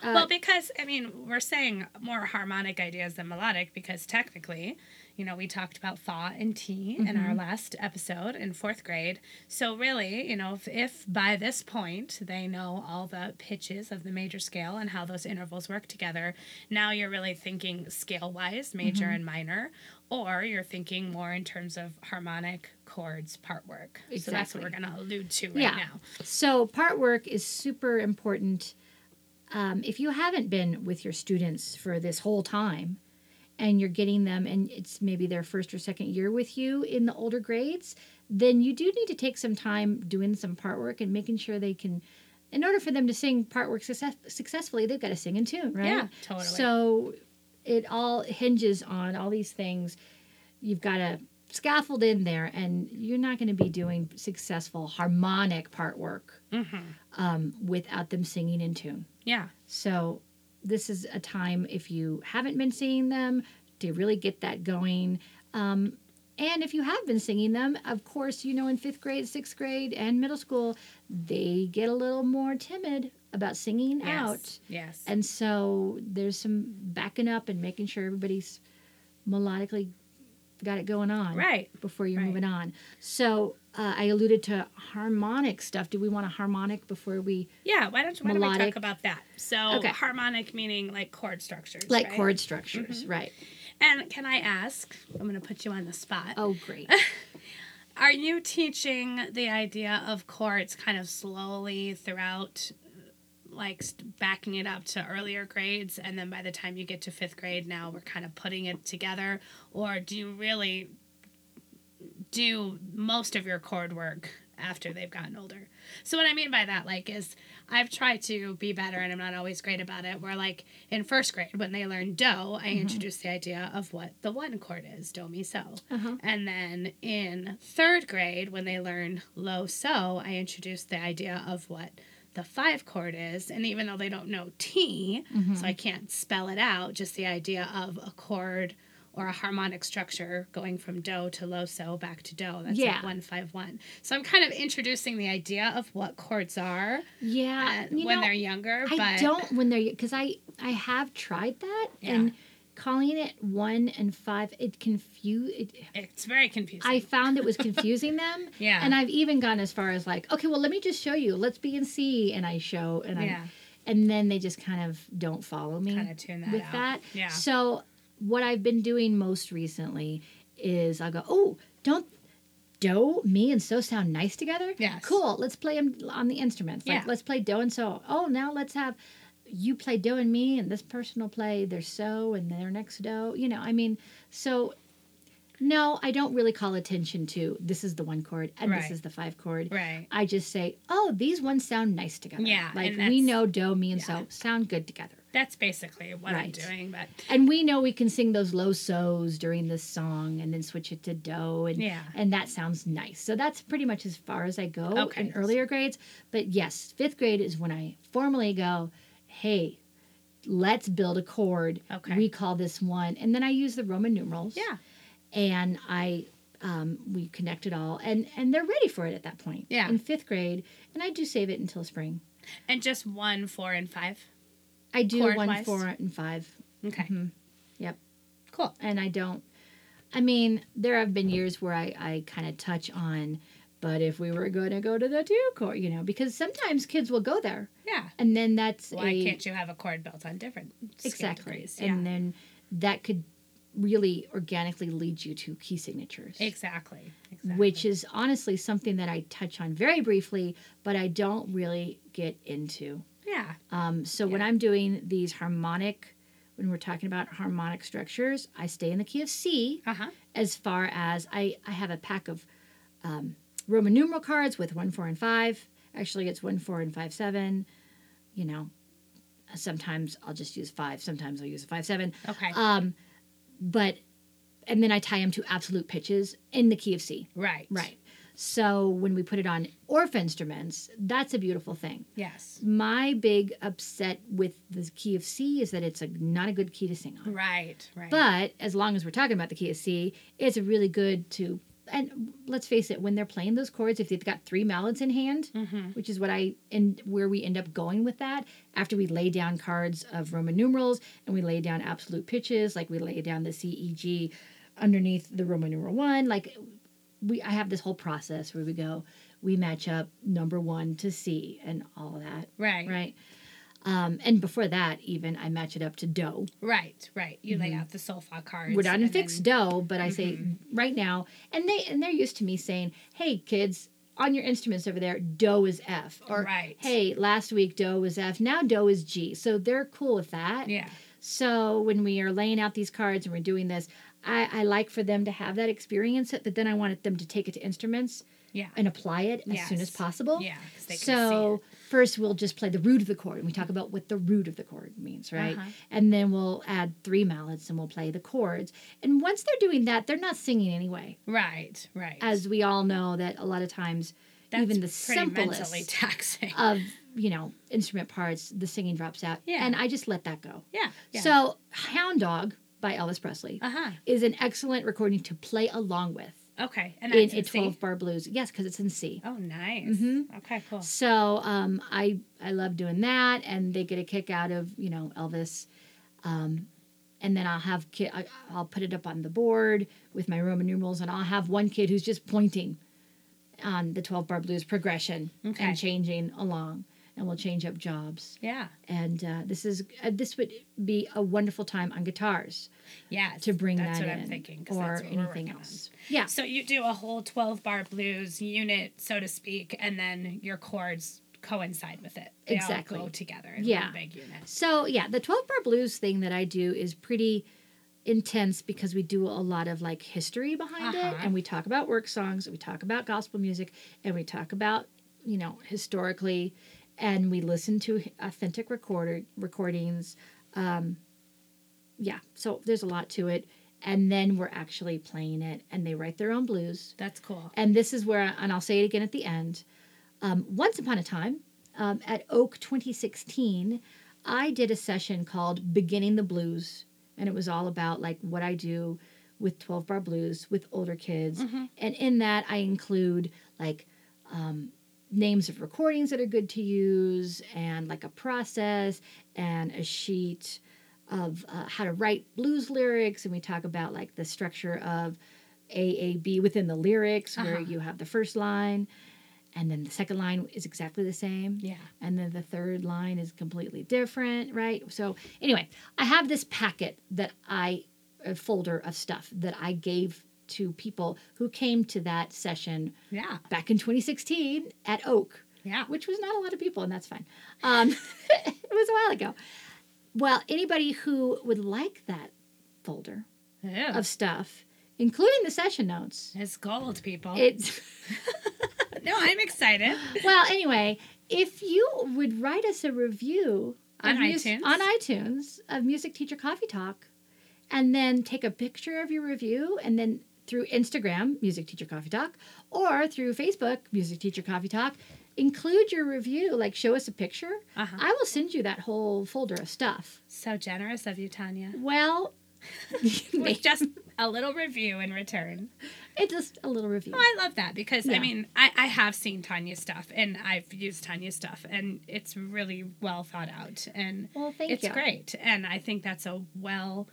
[SPEAKER 1] Uh,
[SPEAKER 2] well, because I mean, we're saying more harmonic ideas than melodic because technically, you know, we talked about thaw and tea in
[SPEAKER 1] Mm-hmm.
[SPEAKER 2] our last episode in fourth grade. So really, you know, if, if by this point they know all the pitches of the major scale and how those intervals work together, now you're really thinking scale wise, major
[SPEAKER 1] Mm-hmm.
[SPEAKER 2] and minor, or you're thinking more in terms of harmonic chords part work. So that's
[SPEAKER 1] Exactly.
[SPEAKER 2] what we're gonna allude to right
[SPEAKER 1] yeah.
[SPEAKER 2] now.
[SPEAKER 1] So part work is super important. Um, if you haven't been with your students for this whole time, and you're getting them, and it's maybe their first or second year with you in the older grades, then you do need to take some time doing some part work and making sure they can. In order for them to sing part work success- successfully, they've got to sing in tune, right?
[SPEAKER 2] Yeah, totally.
[SPEAKER 1] So it all hinges on all these things. You've got to scaffold in there, and you're not going to be doing successful harmonic part work um, without them singing in tune.
[SPEAKER 2] Mm-hmm. Yeah.
[SPEAKER 1] So, this is a time if you haven't been singing them to really get that going. Um, and if you have been singing them, of course, you know, in fifth grade, sixth grade, and middle school, they get a little more timid about singing out.
[SPEAKER 2] Yes. Yes.
[SPEAKER 1] And so there's some backing up and making sure everybody's melodically got it going on
[SPEAKER 2] right.
[SPEAKER 1] before you're
[SPEAKER 2] Right.
[SPEAKER 1] moving on. So uh, I alluded to harmonic stuff. Do we want a harmonic before we
[SPEAKER 2] Yeah, why don't, why don't we talk
[SPEAKER 1] Melodic.
[SPEAKER 2] about that? So
[SPEAKER 1] Okay.
[SPEAKER 2] harmonic meaning like chord structures.
[SPEAKER 1] like
[SPEAKER 2] right? Mm-hmm.
[SPEAKER 1] chord structures? Right.
[SPEAKER 2] And can I ask? I'm going to put you on the spot.
[SPEAKER 1] Oh, *laughs* great.
[SPEAKER 2] Are you teaching the idea of chords kind of slowly throughout, like st- backing it up to earlier grades, and then by the time you get to fifth grade, now we're kind of putting it together, or do you really do most of your chord work after they've gotten older? So what I mean by that, like, is I've tried to be better, and I'm not always great about it. Where like in first grade, when they learn do, I introduced the idea of what the one chord is, do mi so.
[SPEAKER 1] Uh-huh.
[SPEAKER 2] And then in third grade, when they learn low so, I introduced the idea of what the five chord is. And even though they don't know T,
[SPEAKER 1] Mm-hmm.
[SPEAKER 2] so I can't spell it out, just the idea of a chord or a harmonic structure going from do to low so back to do. That's
[SPEAKER 1] Yeah.
[SPEAKER 2] like one five one. So I'm kind of introducing the idea of what chords are
[SPEAKER 1] Yeah.
[SPEAKER 2] uh,
[SPEAKER 1] you
[SPEAKER 2] when
[SPEAKER 1] know,
[SPEAKER 2] they're younger.
[SPEAKER 1] I
[SPEAKER 2] but
[SPEAKER 1] don't when they're because I I have tried that and calling it one and five it confuse it.
[SPEAKER 2] it's very confusing.
[SPEAKER 1] I found
[SPEAKER 2] *laughs*
[SPEAKER 1] it was confusing them.
[SPEAKER 2] Yeah.
[SPEAKER 1] And I've even gone as far as like, okay, well, let me just show you. Let's be in C, and I show, and I,
[SPEAKER 2] Yeah.
[SPEAKER 1] and then they just kind of don't follow me
[SPEAKER 2] Kinda tune that
[SPEAKER 1] with
[SPEAKER 2] out.
[SPEAKER 1] that.
[SPEAKER 2] Yeah.
[SPEAKER 1] So what I've been doing most recently is I'll go, oh, don't do me and so sound nice together.
[SPEAKER 2] Yes.
[SPEAKER 1] Cool. Let's play them on the instruments. Like,
[SPEAKER 2] Yeah.
[SPEAKER 1] Let's play do and so. Oh, now let's have. You play do and me, and this person will play their so and their next do. You know, I mean, so no, I don't really call attention to this is the one chord and
[SPEAKER 2] Right.
[SPEAKER 1] this is the five chord.
[SPEAKER 2] right.
[SPEAKER 1] I just say, oh, these ones sound nice together.
[SPEAKER 2] Yeah,
[SPEAKER 1] Like
[SPEAKER 2] and
[SPEAKER 1] we
[SPEAKER 2] that's-
[SPEAKER 1] know do, me, and
[SPEAKER 2] yeah.
[SPEAKER 1] so sound good together.
[SPEAKER 2] That's basically what I'm
[SPEAKER 1] Right.
[SPEAKER 2] doing. But
[SPEAKER 1] And we know we can sing those low so's during this song and then switch it to do. And,
[SPEAKER 2] Yeah.
[SPEAKER 1] and that sounds nice. So that's pretty much as far as I go
[SPEAKER 2] Okay.
[SPEAKER 1] in earlier grades. But yes, fifth grade is when I formally go, hey, let's build a chord.
[SPEAKER 2] Okay.
[SPEAKER 1] We call this one. And then I use the Roman numerals
[SPEAKER 2] yeah.
[SPEAKER 1] and I um, we connect it all, and and they're ready for it at that point.
[SPEAKER 2] Yeah.
[SPEAKER 1] In fifth grade, and I do save it until spring.
[SPEAKER 2] And just one, four, and five.
[SPEAKER 1] I do
[SPEAKER 2] Chord
[SPEAKER 1] one,
[SPEAKER 2] wise?
[SPEAKER 1] four, and five.
[SPEAKER 2] Okay.
[SPEAKER 1] Mm-hmm. Yep.
[SPEAKER 2] Cool.
[SPEAKER 1] And I don't. I mean, there have been years where I I kind of touch on, but if we were going to go to the two chord, you know, because sometimes kids will go there,
[SPEAKER 2] Yeah.
[SPEAKER 1] and then that's
[SPEAKER 2] Why
[SPEAKER 1] a,
[SPEAKER 2] can't you have a chord built on different scale
[SPEAKER 1] exactly,
[SPEAKER 2] degrees?
[SPEAKER 1] and
[SPEAKER 2] Yeah.
[SPEAKER 1] then that could really organically lead you to key signatures.
[SPEAKER 2] exactly. Exactly.
[SPEAKER 1] which is honestly something that I touch on very briefly, but I don't really get into.
[SPEAKER 2] yeah.
[SPEAKER 1] Um, so when I'm doing these harmonic, when we're talking about harmonic structures, I stay in the key of C
[SPEAKER 2] Uh huh.
[SPEAKER 1] as far as I, I have a pack of um, Roman numeral cards with one, four, and five. Actually, it's one, four, and five, seven. You know, sometimes I'll just use five, sometimes I'll use a five, seven.
[SPEAKER 2] Okay.
[SPEAKER 1] Um, but, and then I tie them to absolute pitches in the key of C.
[SPEAKER 2] right.
[SPEAKER 1] Right. So when we put it on orph instruments, that's a beautiful thing.
[SPEAKER 2] Yes.
[SPEAKER 1] My big upset with the key of C is that it's a, not a good key to sing on.
[SPEAKER 2] Right. Right.
[SPEAKER 1] But as long as we're talking about the key of C, it's really good to and let's face it, when they're playing those chords, if they've got three mallets in hand,
[SPEAKER 2] Mm-hmm.
[SPEAKER 1] which is what I and where we end up going with that, after we lay down cards of Roman numerals and we lay down absolute pitches, like we lay down the C E G underneath the Roman numeral one, like we I have this whole process where we go, we match up number one to C and all of that.
[SPEAKER 2] Right. Right.
[SPEAKER 1] Right. Um, and before that, even I match it up to dough.
[SPEAKER 2] Right. You lay out the solfa cards.
[SPEAKER 1] Mm-hmm. We're not in
[SPEAKER 2] and
[SPEAKER 1] fixed
[SPEAKER 2] then- Mm-hmm.
[SPEAKER 1] dough, but I say right now, and they and they're used to me saying, "Hey, kids, on your instruments over there, dough is F," or
[SPEAKER 2] Right.
[SPEAKER 1] "Hey, last week dough was F, now dough is G." So they're cool with that.
[SPEAKER 2] Yeah.
[SPEAKER 1] So when we are laying out these cards and we're doing this, I, I like for them to have that experience, but then I wanted them to take it to instruments
[SPEAKER 2] Yeah.
[SPEAKER 1] and apply it as soon as
[SPEAKER 2] Yes.
[SPEAKER 1] possible.
[SPEAKER 2] Yeah, 'cause they can
[SPEAKER 1] so first we'll just play the root of the chord and we talk about what the root of the chord means, right?
[SPEAKER 2] Uh-huh.
[SPEAKER 1] And then we'll add three mallets and we'll play the chords. And once they're doing that, they're not singing anyway.
[SPEAKER 2] Right. Right.
[SPEAKER 1] As we all know that a lot of times even the
[SPEAKER 2] pretty mentally
[SPEAKER 1] simplest
[SPEAKER 2] *laughs*
[SPEAKER 1] uh,
[SPEAKER 2] taxing.
[SPEAKER 1] of, you know, instrument parts, the singing drops out.
[SPEAKER 2] Yeah.
[SPEAKER 1] And I just let that go.
[SPEAKER 2] yeah. yeah.
[SPEAKER 1] So Hound Dog by Elvis Presley
[SPEAKER 2] Uh huh.
[SPEAKER 1] is an excellent recording to play along with
[SPEAKER 2] Okay. And
[SPEAKER 1] in
[SPEAKER 2] that's
[SPEAKER 1] a
[SPEAKER 2] in C.
[SPEAKER 1] 12 bar blues. Yes, because it's in C.
[SPEAKER 2] Oh, nice.
[SPEAKER 1] Mhm.
[SPEAKER 2] Okay. Cool.
[SPEAKER 1] So um, I I love doing that, and they get a kick out of you know Elvis, um, and then I'll have kid I, I'll put it up on the board with my Roman numerals, and I'll have one kid who's just pointing on the twelve bar blues progression
[SPEAKER 2] Okay.
[SPEAKER 1] and changing along, and we'll change up jobs.
[SPEAKER 2] Yeah.
[SPEAKER 1] And uh, this is uh, this would be a wonderful time on guitars
[SPEAKER 2] Yeah.
[SPEAKER 1] to bring
[SPEAKER 2] that's
[SPEAKER 1] that
[SPEAKER 2] what
[SPEAKER 1] in,
[SPEAKER 2] I'm thinking, 'cause
[SPEAKER 1] or
[SPEAKER 2] that's what we're
[SPEAKER 1] anything
[SPEAKER 2] working on.
[SPEAKER 1] else. Yeah,
[SPEAKER 2] So you do a whole 12 bar blues unit, so to speak, and then your chords coincide with it. They
[SPEAKER 1] Exactly.
[SPEAKER 2] all go together in
[SPEAKER 1] Yeah.
[SPEAKER 2] one big unit.
[SPEAKER 1] So yeah, the twelve bar blues thing that I do is pretty intense because we do a lot of like history behind
[SPEAKER 2] Uh-huh.
[SPEAKER 1] it, and we talk about work songs, and we talk about gospel music, and we talk about you know historically, and we listen to authentic recorder recordings. Um, yeah, so there's a lot to it, and then we're actually playing it, and they write their own blues.
[SPEAKER 2] That's cool.
[SPEAKER 1] And this is where, and I'll say it again at the end. Um, once upon a time, um, at Oak 2016, I did a session called Beginning the Blues. And it was all about like what I do with 12 bar blues with older kids. And in that, I include like um, names of recordings that are good to use and like a process and a sheet of uh, how to write blues lyrics. And we talk about like the structure of AAB within the lyrics, where
[SPEAKER 2] Uh-huh.
[SPEAKER 1] you have the first line, and then the second line is exactly the same,
[SPEAKER 2] Yeah.
[SPEAKER 1] and then the third line is completely different, right? So, anyway, I have this packet that I, a folder of stuff that I gave to people who came to that session
[SPEAKER 2] Yeah.
[SPEAKER 1] back in 2016 at Oak
[SPEAKER 2] Yeah.
[SPEAKER 1] which was not a lot of people, and that's fine. Um, *laughs* it was a while ago. Well, anybody who would like that folder
[SPEAKER 2] Ew.
[SPEAKER 1] of stuff, including the session notes,
[SPEAKER 2] It's gold, people.
[SPEAKER 1] it's
[SPEAKER 2] no, I'm excited.
[SPEAKER 1] *gasps* well. Anyway, if you would write us a review
[SPEAKER 2] On
[SPEAKER 1] of mus-
[SPEAKER 2] iTunes?
[SPEAKER 1] on iTunes of Music Teacher Coffee Talk, and then take a picture of your review, and then through Instagram Music Teacher Coffee Talk or through Facebook Music Teacher Coffee Talk. Include your review, like show us a picture,
[SPEAKER 2] Uh-huh.
[SPEAKER 1] I will send you that whole folder of stuff.
[SPEAKER 2] So generous of you, Tanya.
[SPEAKER 1] *laughs* Well,
[SPEAKER 2] With just a little review in return.
[SPEAKER 1] it's just a little review.
[SPEAKER 2] Oh, I love that because I
[SPEAKER 1] Yeah.
[SPEAKER 2] mean I, I have seen Tanya stuff and I've used Tanya stuff and it's really well thought out and
[SPEAKER 1] Well, thank
[SPEAKER 2] it's
[SPEAKER 1] you.
[SPEAKER 2] great and I think that's a well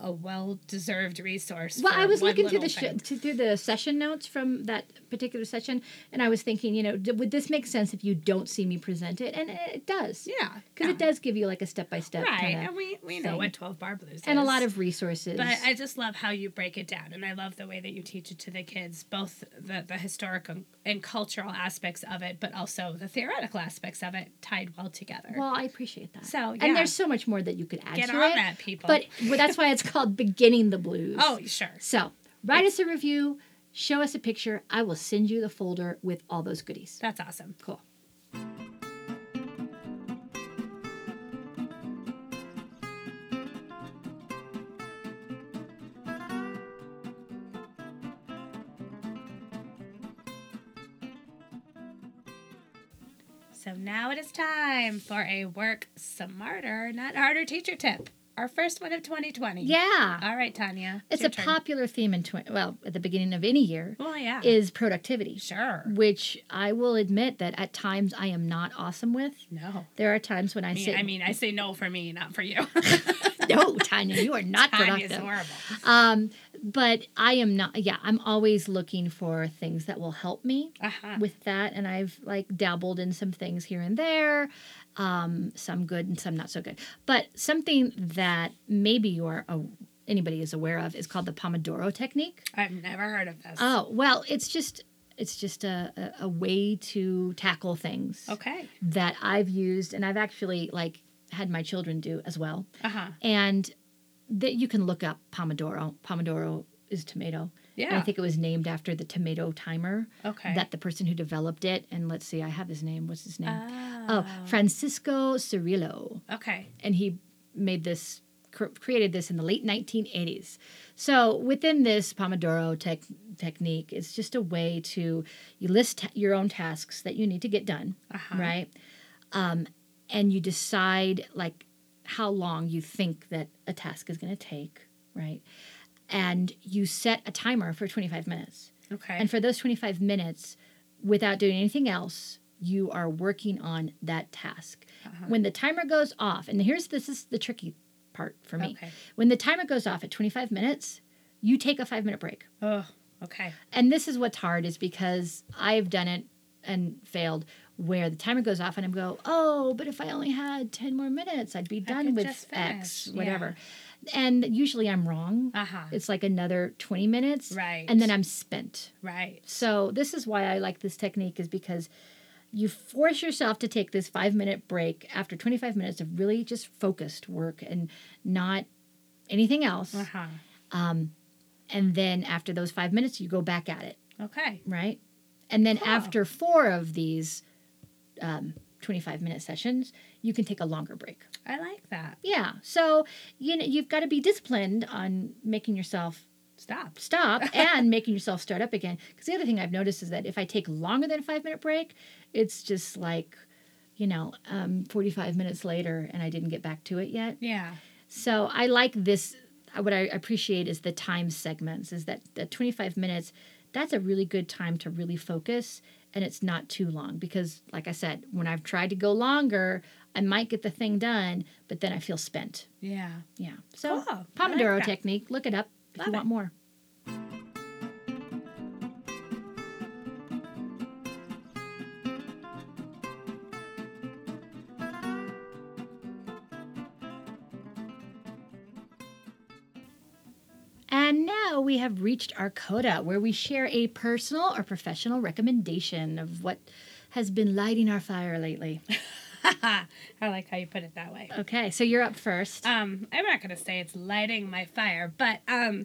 [SPEAKER 2] a well deserved resource.
[SPEAKER 1] Well,
[SPEAKER 2] for
[SPEAKER 1] I was
[SPEAKER 2] one
[SPEAKER 1] looking through the
[SPEAKER 2] little
[SPEAKER 1] sh- to, through the session notes from that particular session, and I was thinking, you know, d- would this make sense if you don't see me present it? And it does,
[SPEAKER 2] thing.
[SPEAKER 1] because
[SPEAKER 2] yeah
[SPEAKER 1] it does give you like a step by step
[SPEAKER 2] right
[SPEAKER 1] kind
[SPEAKER 2] and
[SPEAKER 1] of,
[SPEAKER 2] we we know
[SPEAKER 1] thing.
[SPEAKER 2] what twelve bar blues
[SPEAKER 1] and a
[SPEAKER 2] is.
[SPEAKER 1] lot of resources.
[SPEAKER 2] But I just love how you break it down, and I love the way that you teach it to the kids, both the, the historic and, and cultural aspects of it, but also the theoretical aspects of it tied well together.
[SPEAKER 1] well, I appreciate that.
[SPEAKER 2] So, yeah.
[SPEAKER 1] and there's so much more that you could add
[SPEAKER 2] Get
[SPEAKER 1] to
[SPEAKER 2] on
[SPEAKER 1] it.
[SPEAKER 2] that, people.
[SPEAKER 1] But well, that's why
[SPEAKER 2] *laughs*
[SPEAKER 1] it's called beginning the blues.
[SPEAKER 2] oh, sure.
[SPEAKER 1] so write us a review, show us a picture. I will send you the folder with all those goodies.
[SPEAKER 2] That's awesome.
[SPEAKER 1] Cool.
[SPEAKER 2] So now it is time for a work smarter, not harder teacher tip. Our first one of 2020.
[SPEAKER 1] Yeah.
[SPEAKER 2] All right, Tanya.
[SPEAKER 1] It's
[SPEAKER 2] Uh, your
[SPEAKER 1] a
[SPEAKER 2] turn.
[SPEAKER 1] popular theme in twen- well, at the beginning of any year
[SPEAKER 2] Well, yeah.
[SPEAKER 1] is productivity,
[SPEAKER 2] sure.
[SPEAKER 1] which I will admit that at times I am not awesome with.
[SPEAKER 2] No.
[SPEAKER 1] There are times when I,
[SPEAKER 2] I mean,
[SPEAKER 1] sit. *laughs*
[SPEAKER 2] I mean, I say no for me, not for you.
[SPEAKER 1] no, Tanya, you are
[SPEAKER 2] *laughs*
[SPEAKER 1] not
[SPEAKER 2] Tanya's
[SPEAKER 1] productive.
[SPEAKER 2] horrible.
[SPEAKER 1] Um, but I am not. Yeah, I'm always looking for things that will help me
[SPEAKER 2] Uh-huh.
[SPEAKER 1] with that, and I've like dabbled in some things here and there, um, some good and some not so good. But something that maybe you are a, anybody is aware of is called the Pomodoro technique.
[SPEAKER 2] I've never heard of this.
[SPEAKER 1] Oh well, it's just it's just a, a, a way to tackle things
[SPEAKER 2] Okay.
[SPEAKER 1] that I've used, and I've actually like had my children do as well
[SPEAKER 2] Uh huh.
[SPEAKER 1] and that you can look up pomodoro pomodoro is tomato And
[SPEAKER 2] Yeah.
[SPEAKER 1] i think it was named after the tomato timer
[SPEAKER 2] okay.
[SPEAKER 1] that the person who developed it and let's see i have his name what's his name
[SPEAKER 2] oh.
[SPEAKER 1] oh francisco cirillo
[SPEAKER 2] Okay.
[SPEAKER 1] and he made this cr- created this in the late 1980s so within this pomodoro tech technique it's just a way to you list ta- your own tasks that you need to get done
[SPEAKER 2] Uh-huh.
[SPEAKER 1] right um, and you decide like how long you think that a task is going to take right and you set a timer for 25 minutes
[SPEAKER 2] Okay.
[SPEAKER 1] and for those 25 minutes without doing anything else you are working on that task
[SPEAKER 2] Uh-huh.
[SPEAKER 1] when the timer goes off and here's this is the tricky part for me
[SPEAKER 2] Okay.
[SPEAKER 1] when the timer goes off at 25 minutes you take a five minute break
[SPEAKER 2] Oh. Okay.
[SPEAKER 1] and this is what's hard is because I've done it and failed where the timer goes off and I'm go, oh, but if I only had 10 more minutes, I'd be done
[SPEAKER 2] could
[SPEAKER 1] with
[SPEAKER 2] just
[SPEAKER 1] X,
[SPEAKER 2] finish."
[SPEAKER 1] whatever. And usually I'm wrong.
[SPEAKER 2] Uh huh.
[SPEAKER 1] It's like another 20 minutes.
[SPEAKER 2] Right.
[SPEAKER 1] And then I'm spent.
[SPEAKER 2] Right.
[SPEAKER 1] So this is why I like this technique is because you force yourself to take this five minute break after 25 minutes of really just focused work and not anything else.
[SPEAKER 2] Uh huh.
[SPEAKER 1] Um, and then after those five minutes, you go back at it
[SPEAKER 2] Okay.
[SPEAKER 1] right? And then
[SPEAKER 2] Huh.
[SPEAKER 1] after four of these um, 25 minute sessions, you can take a longer break.
[SPEAKER 2] I like that.
[SPEAKER 1] Yeah. So, you know, you've got to be disciplined on making yourself
[SPEAKER 2] Stop.
[SPEAKER 1] stop and making yourself start up again. Because the other thing I've noticed is that if I take longer than a five minute break, it's just like, you know, um, 45 minutes later and I didn't get back to it yet.
[SPEAKER 2] Yeah.
[SPEAKER 1] So I like this. What I appreciate is the time segments, is that the 25 minutes, that's a really good time to really focus and it's not too long because, like I said, when I've tried to go longer, I might get the thing done, but then I feel spent.
[SPEAKER 2] Yeah.
[SPEAKER 1] Yeah. So,
[SPEAKER 2] Cool. I like
[SPEAKER 1] Pomodoro
[SPEAKER 2] that.
[SPEAKER 1] technique, look it up if
[SPEAKER 2] Love
[SPEAKER 1] you
[SPEAKER 2] it.
[SPEAKER 1] want more. And now we have reached our coda where we share a personal or professional recommendation of what has been lighting our fire
[SPEAKER 2] *laughs*
[SPEAKER 1] lately.
[SPEAKER 2] I like how you put it that way.
[SPEAKER 1] Okay, so you're up first.
[SPEAKER 2] Um, I'm not gonna say it's lighting my fire, but um,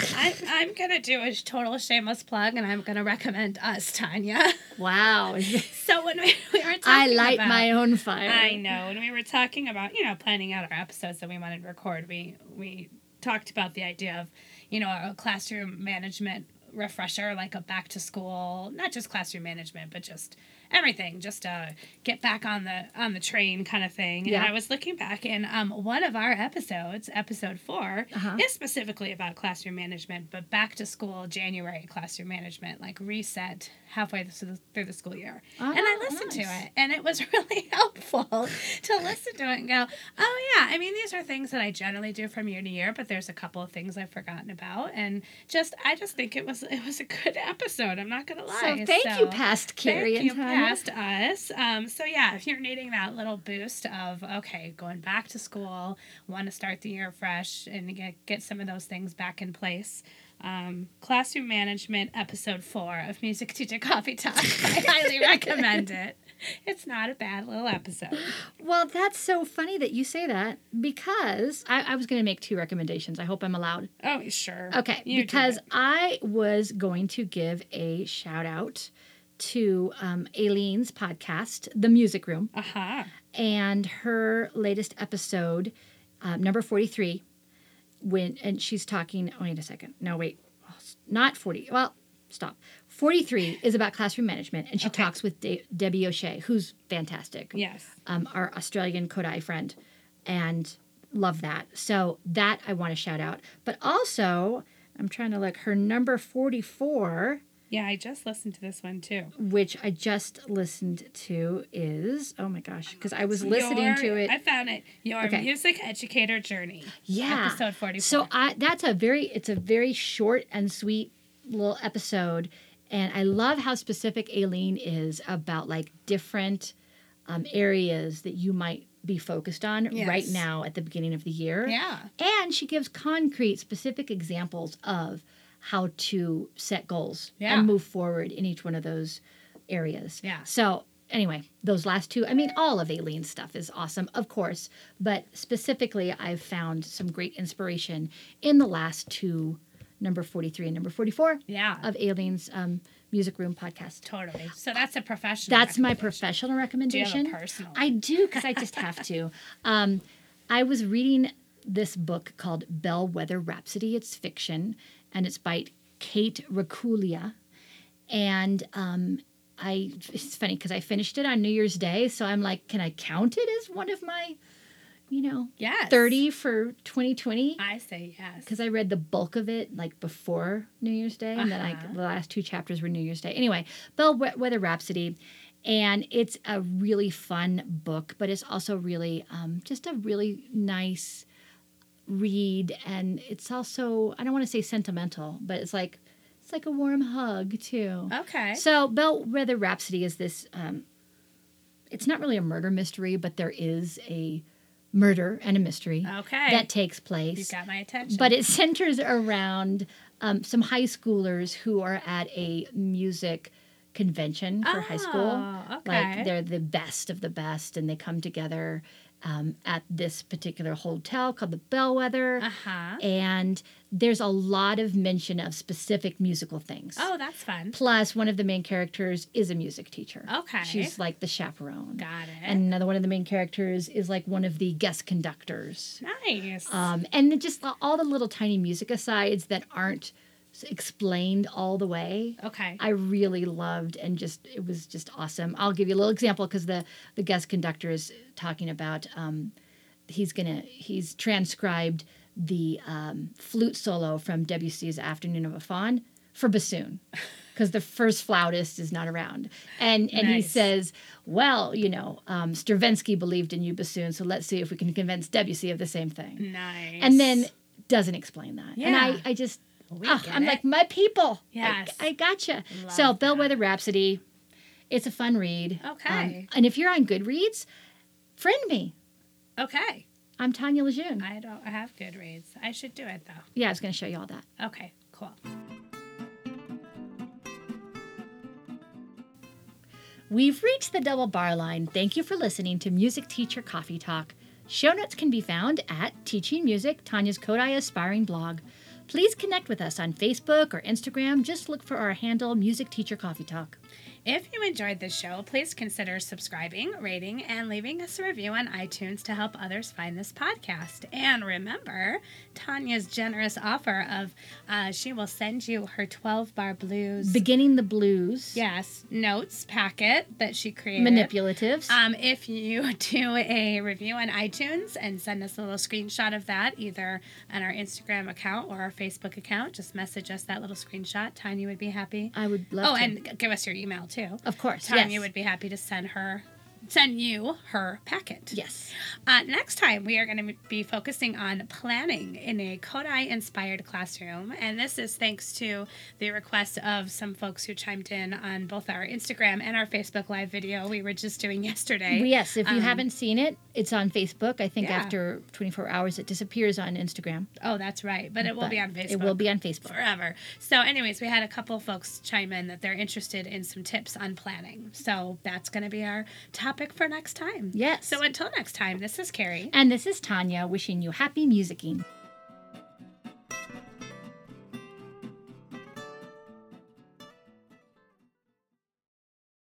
[SPEAKER 2] I, I'm gonna do a total shameless plug, and I'm gonna recommend us, Tanya. *laughs*
[SPEAKER 1] Wow.
[SPEAKER 2] So when we, we were talking
[SPEAKER 1] I light
[SPEAKER 2] about,
[SPEAKER 1] my own fire.
[SPEAKER 2] I know. When we were talking about, you know, planning out our episodes that we wanted to record, we we talked about the idea of, you know, a classroom management refresher, like a back to school, not just classroom management, but just everything, just uh get back on the on the train kind of thing.
[SPEAKER 1] Yeah.
[SPEAKER 2] And I was looking back and um one of our episodes, episode 4
[SPEAKER 1] Uh-huh.
[SPEAKER 2] is specifically about classroom management, but back to school January classroom management, like reset halfway through the, through the school year and I
[SPEAKER 1] Oh,
[SPEAKER 2] listened
[SPEAKER 1] nice.
[SPEAKER 2] to it, and it was *laughs* really helpful to listen to it and go, oh yeah. I mean, these are things that I generally do from year to year, but there's a couple of things I've forgotten about, and just I just think it was it was a good episode. I'm not gonna lie.
[SPEAKER 1] So thank you, past Carrie
[SPEAKER 2] Thank you,
[SPEAKER 1] and Tanya.
[SPEAKER 2] past us. Um, so yeah, if you're needing that little boost of okay, going back to school, want to start the year fresh and get get some of those things back in place. Um, classroom management episode four of music teacher coffee talk. *laughs* I highly recommend it. It's not a bad little episode.
[SPEAKER 1] Well, that's so funny that you say that because I, I was going to make two recommendations. I hope I'm allowed.
[SPEAKER 2] Oh sure.
[SPEAKER 1] Okay,
[SPEAKER 2] You do
[SPEAKER 1] because
[SPEAKER 2] it.
[SPEAKER 1] I was going to give a shout out to um, Aileen's podcast, The Music Room,
[SPEAKER 2] uh-huh.
[SPEAKER 1] and her latest episode, um, number 43, when and she's talking. Oh, wait a second. No, wait. Oh, s- Not 40. Well, stop. 43 is about classroom management, and she
[SPEAKER 2] Okay.
[SPEAKER 1] talks with De- Debbie O'Shea, who's fantastic
[SPEAKER 2] Yes.
[SPEAKER 1] um, our Australian Kodai friend, and love that. So that I want to shout out. But also, I'm trying to look her number 44,
[SPEAKER 2] Yeah, I just listened to this one too.
[SPEAKER 1] which I just listened to, is oh my gosh, because I was listening
[SPEAKER 2] Your-
[SPEAKER 1] to it.
[SPEAKER 2] I found it. Your
[SPEAKER 1] Okay.
[SPEAKER 2] music educator journey.
[SPEAKER 1] yeah,
[SPEAKER 2] Episode 44.
[SPEAKER 1] So I that's a very it's a very short and sweet little episode, and I love how specific Aileen is about like different um, areas that you might be focused on right
[SPEAKER 2] Yes.
[SPEAKER 1] now at the beginning of the year.
[SPEAKER 2] yeah.
[SPEAKER 1] And she gives concrete, specific examples of how to set goals
[SPEAKER 2] Yeah.
[SPEAKER 1] and move forward in each one of those areas.
[SPEAKER 2] Yeah.
[SPEAKER 1] So, anyway, those last two, I mean, all of Aileen's stuff is awesome, of course, but specifically, I've found some great inspiration in the last two, number 43 and number 44
[SPEAKER 2] Yeah.
[SPEAKER 1] of Aileen's um, Music Room podcast.
[SPEAKER 2] totally. So that's a professional.
[SPEAKER 1] That's my
[SPEAKER 2] recommendation.
[SPEAKER 1] professional
[SPEAKER 2] Do you have
[SPEAKER 1] recommendation.
[SPEAKER 2] a personal?
[SPEAKER 1] I do because I just have
[SPEAKER 2] *laughs*
[SPEAKER 1] to. Um, I was reading this book called Bellwether Rhapsody. It's fiction, and it's by Kate Reculia. And um, I, it's funny because I finished it on New Year's Day, so I'm like, can I count it as one of my, you know,
[SPEAKER 2] yes.
[SPEAKER 1] thirty for 2020?
[SPEAKER 2] I say yes.
[SPEAKER 1] because I read the bulk of it like before New Year's Day, and then I,
[SPEAKER 2] Uh-huh.
[SPEAKER 1] the last two chapters were New Year's Day. Anyway, Bellwether Rhapsody, and it's a really fun book, but it's also really um, just a really nice read, and it's also I don't want to say sentimental, but it's like it's like a warm hug too.
[SPEAKER 2] Okay.
[SPEAKER 1] So Bellwether Rhapsody is this. Um, it's not really a murder mystery, but there is a murder and a mystery
[SPEAKER 2] okay.
[SPEAKER 1] that takes place
[SPEAKER 2] you got my attention.
[SPEAKER 1] but it centers around um, some high schoolers who are at a music convention for high school.
[SPEAKER 2] Oh, okay.
[SPEAKER 1] Like they're the best of the best, and they come together um, at this particular hotel called the Bellwether.
[SPEAKER 2] Uh huh.
[SPEAKER 1] And there's a lot of mention of specific musical things.
[SPEAKER 2] Oh, that's fun.
[SPEAKER 1] Plus, one of the main characters is a music teacher.
[SPEAKER 2] Okay.
[SPEAKER 1] She's like the chaperone.
[SPEAKER 2] Got it.
[SPEAKER 1] And another one of the main characters is like one of the guest conductors.
[SPEAKER 2] nice.
[SPEAKER 1] Um, and then just the- all the little tiny music asides that aren't s- explained all the way.
[SPEAKER 2] okay.
[SPEAKER 1] I really loved and just it was just awesome. I'll give you a little example because the the guest conductor is talking about um, he's gonna he's transcribed the um, flute solo from Debussy's Afternoon of a Faun for
[SPEAKER 2] *laughs*
[SPEAKER 1] bassoon because the first flautist is not around and and he
[SPEAKER 2] Nice.
[SPEAKER 1] says well you know um, Stravinsky believed in you bassoon so let's see if we can convince Debussy of the same thing
[SPEAKER 2] nice.
[SPEAKER 1] and then doesn't explain that. And
[SPEAKER 2] Yeah.
[SPEAKER 1] I, I just,
[SPEAKER 2] We
[SPEAKER 1] ah,
[SPEAKER 2] get
[SPEAKER 1] I'm
[SPEAKER 2] it.
[SPEAKER 1] like, my people. I-
[SPEAKER 2] Yes.
[SPEAKER 1] I, gotcha.
[SPEAKER 2] Love
[SPEAKER 1] so,
[SPEAKER 2] that.
[SPEAKER 1] Bellwether Rhapsody, it's a fun read. Um,
[SPEAKER 2] Okay.
[SPEAKER 1] and if you're on Goodreads, friend me.
[SPEAKER 2] okay.
[SPEAKER 1] I'm Tanya Lejeune.
[SPEAKER 2] I don't have Goodreads. I should do it though.
[SPEAKER 1] yeah, I was going to show you all that.
[SPEAKER 2] Okay. Cool.
[SPEAKER 1] We've reached the double bar line. Thank you for listening to Music Teacher Coffee Talk. Show notes can be found at Teaching Music, Tanya's Kodai Aspiring blog. Please connect with us on Facebook or Instagram. Just look for our handle, Music Teacher Coffee Talk.
[SPEAKER 2] If you enjoyed this show, please consider subscribing, rating, and leaving us a review on iTunes to help others find this podcast. And remember Tanya's generous offer of uh, she will send you her 12 bar blues.
[SPEAKER 1] Beginning the Blues.
[SPEAKER 2] yes, notes packet that she created.
[SPEAKER 1] manipulatives.
[SPEAKER 2] Um, if you *laughs* do a review on iTunes and send us a little screenshot of that, either on our Instagram account or our Facebook account, just message us that little screenshot. Tanya would be happy.
[SPEAKER 1] I would love
[SPEAKER 2] Oh,
[SPEAKER 1] to.
[SPEAKER 2] and g- give us your email too.
[SPEAKER 1] of course,
[SPEAKER 2] Tanya
[SPEAKER 1] yes.
[SPEAKER 2] would be happy to send her, send you her packet.
[SPEAKER 1] yes.
[SPEAKER 2] Uh, next time, we are going to be focusing on planning in a Kodai inspired classroom. And this is thanks to the request of some folks who chimed in on both our Instagram and our Facebook Live video we were just doing yesterday.
[SPEAKER 1] Yes, if you
[SPEAKER 2] Um,
[SPEAKER 1] haven't seen it, it's on Facebook. I think
[SPEAKER 2] Yeah.
[SPEAKER 1] after 24 hours, it disappears on Instagram.
[SPEAKER 2] Oh, that's right. But it will
[SPEAKER 1] but
[SPEAKER 2] be on Facebook.
[SPEAKER 1] It will be on Facebook.
[SPEAKER 2] forever. So, anyways, we had a couple folks chime in that they're interested in some tips on planning. So, that's going to be our topic for next time.
[SPEAKER 1] Yes.
[SPEAKER 2] So, until next time, this is Carrie.
[SPEAKER 1] And this is Tanya wishing you happy musicking.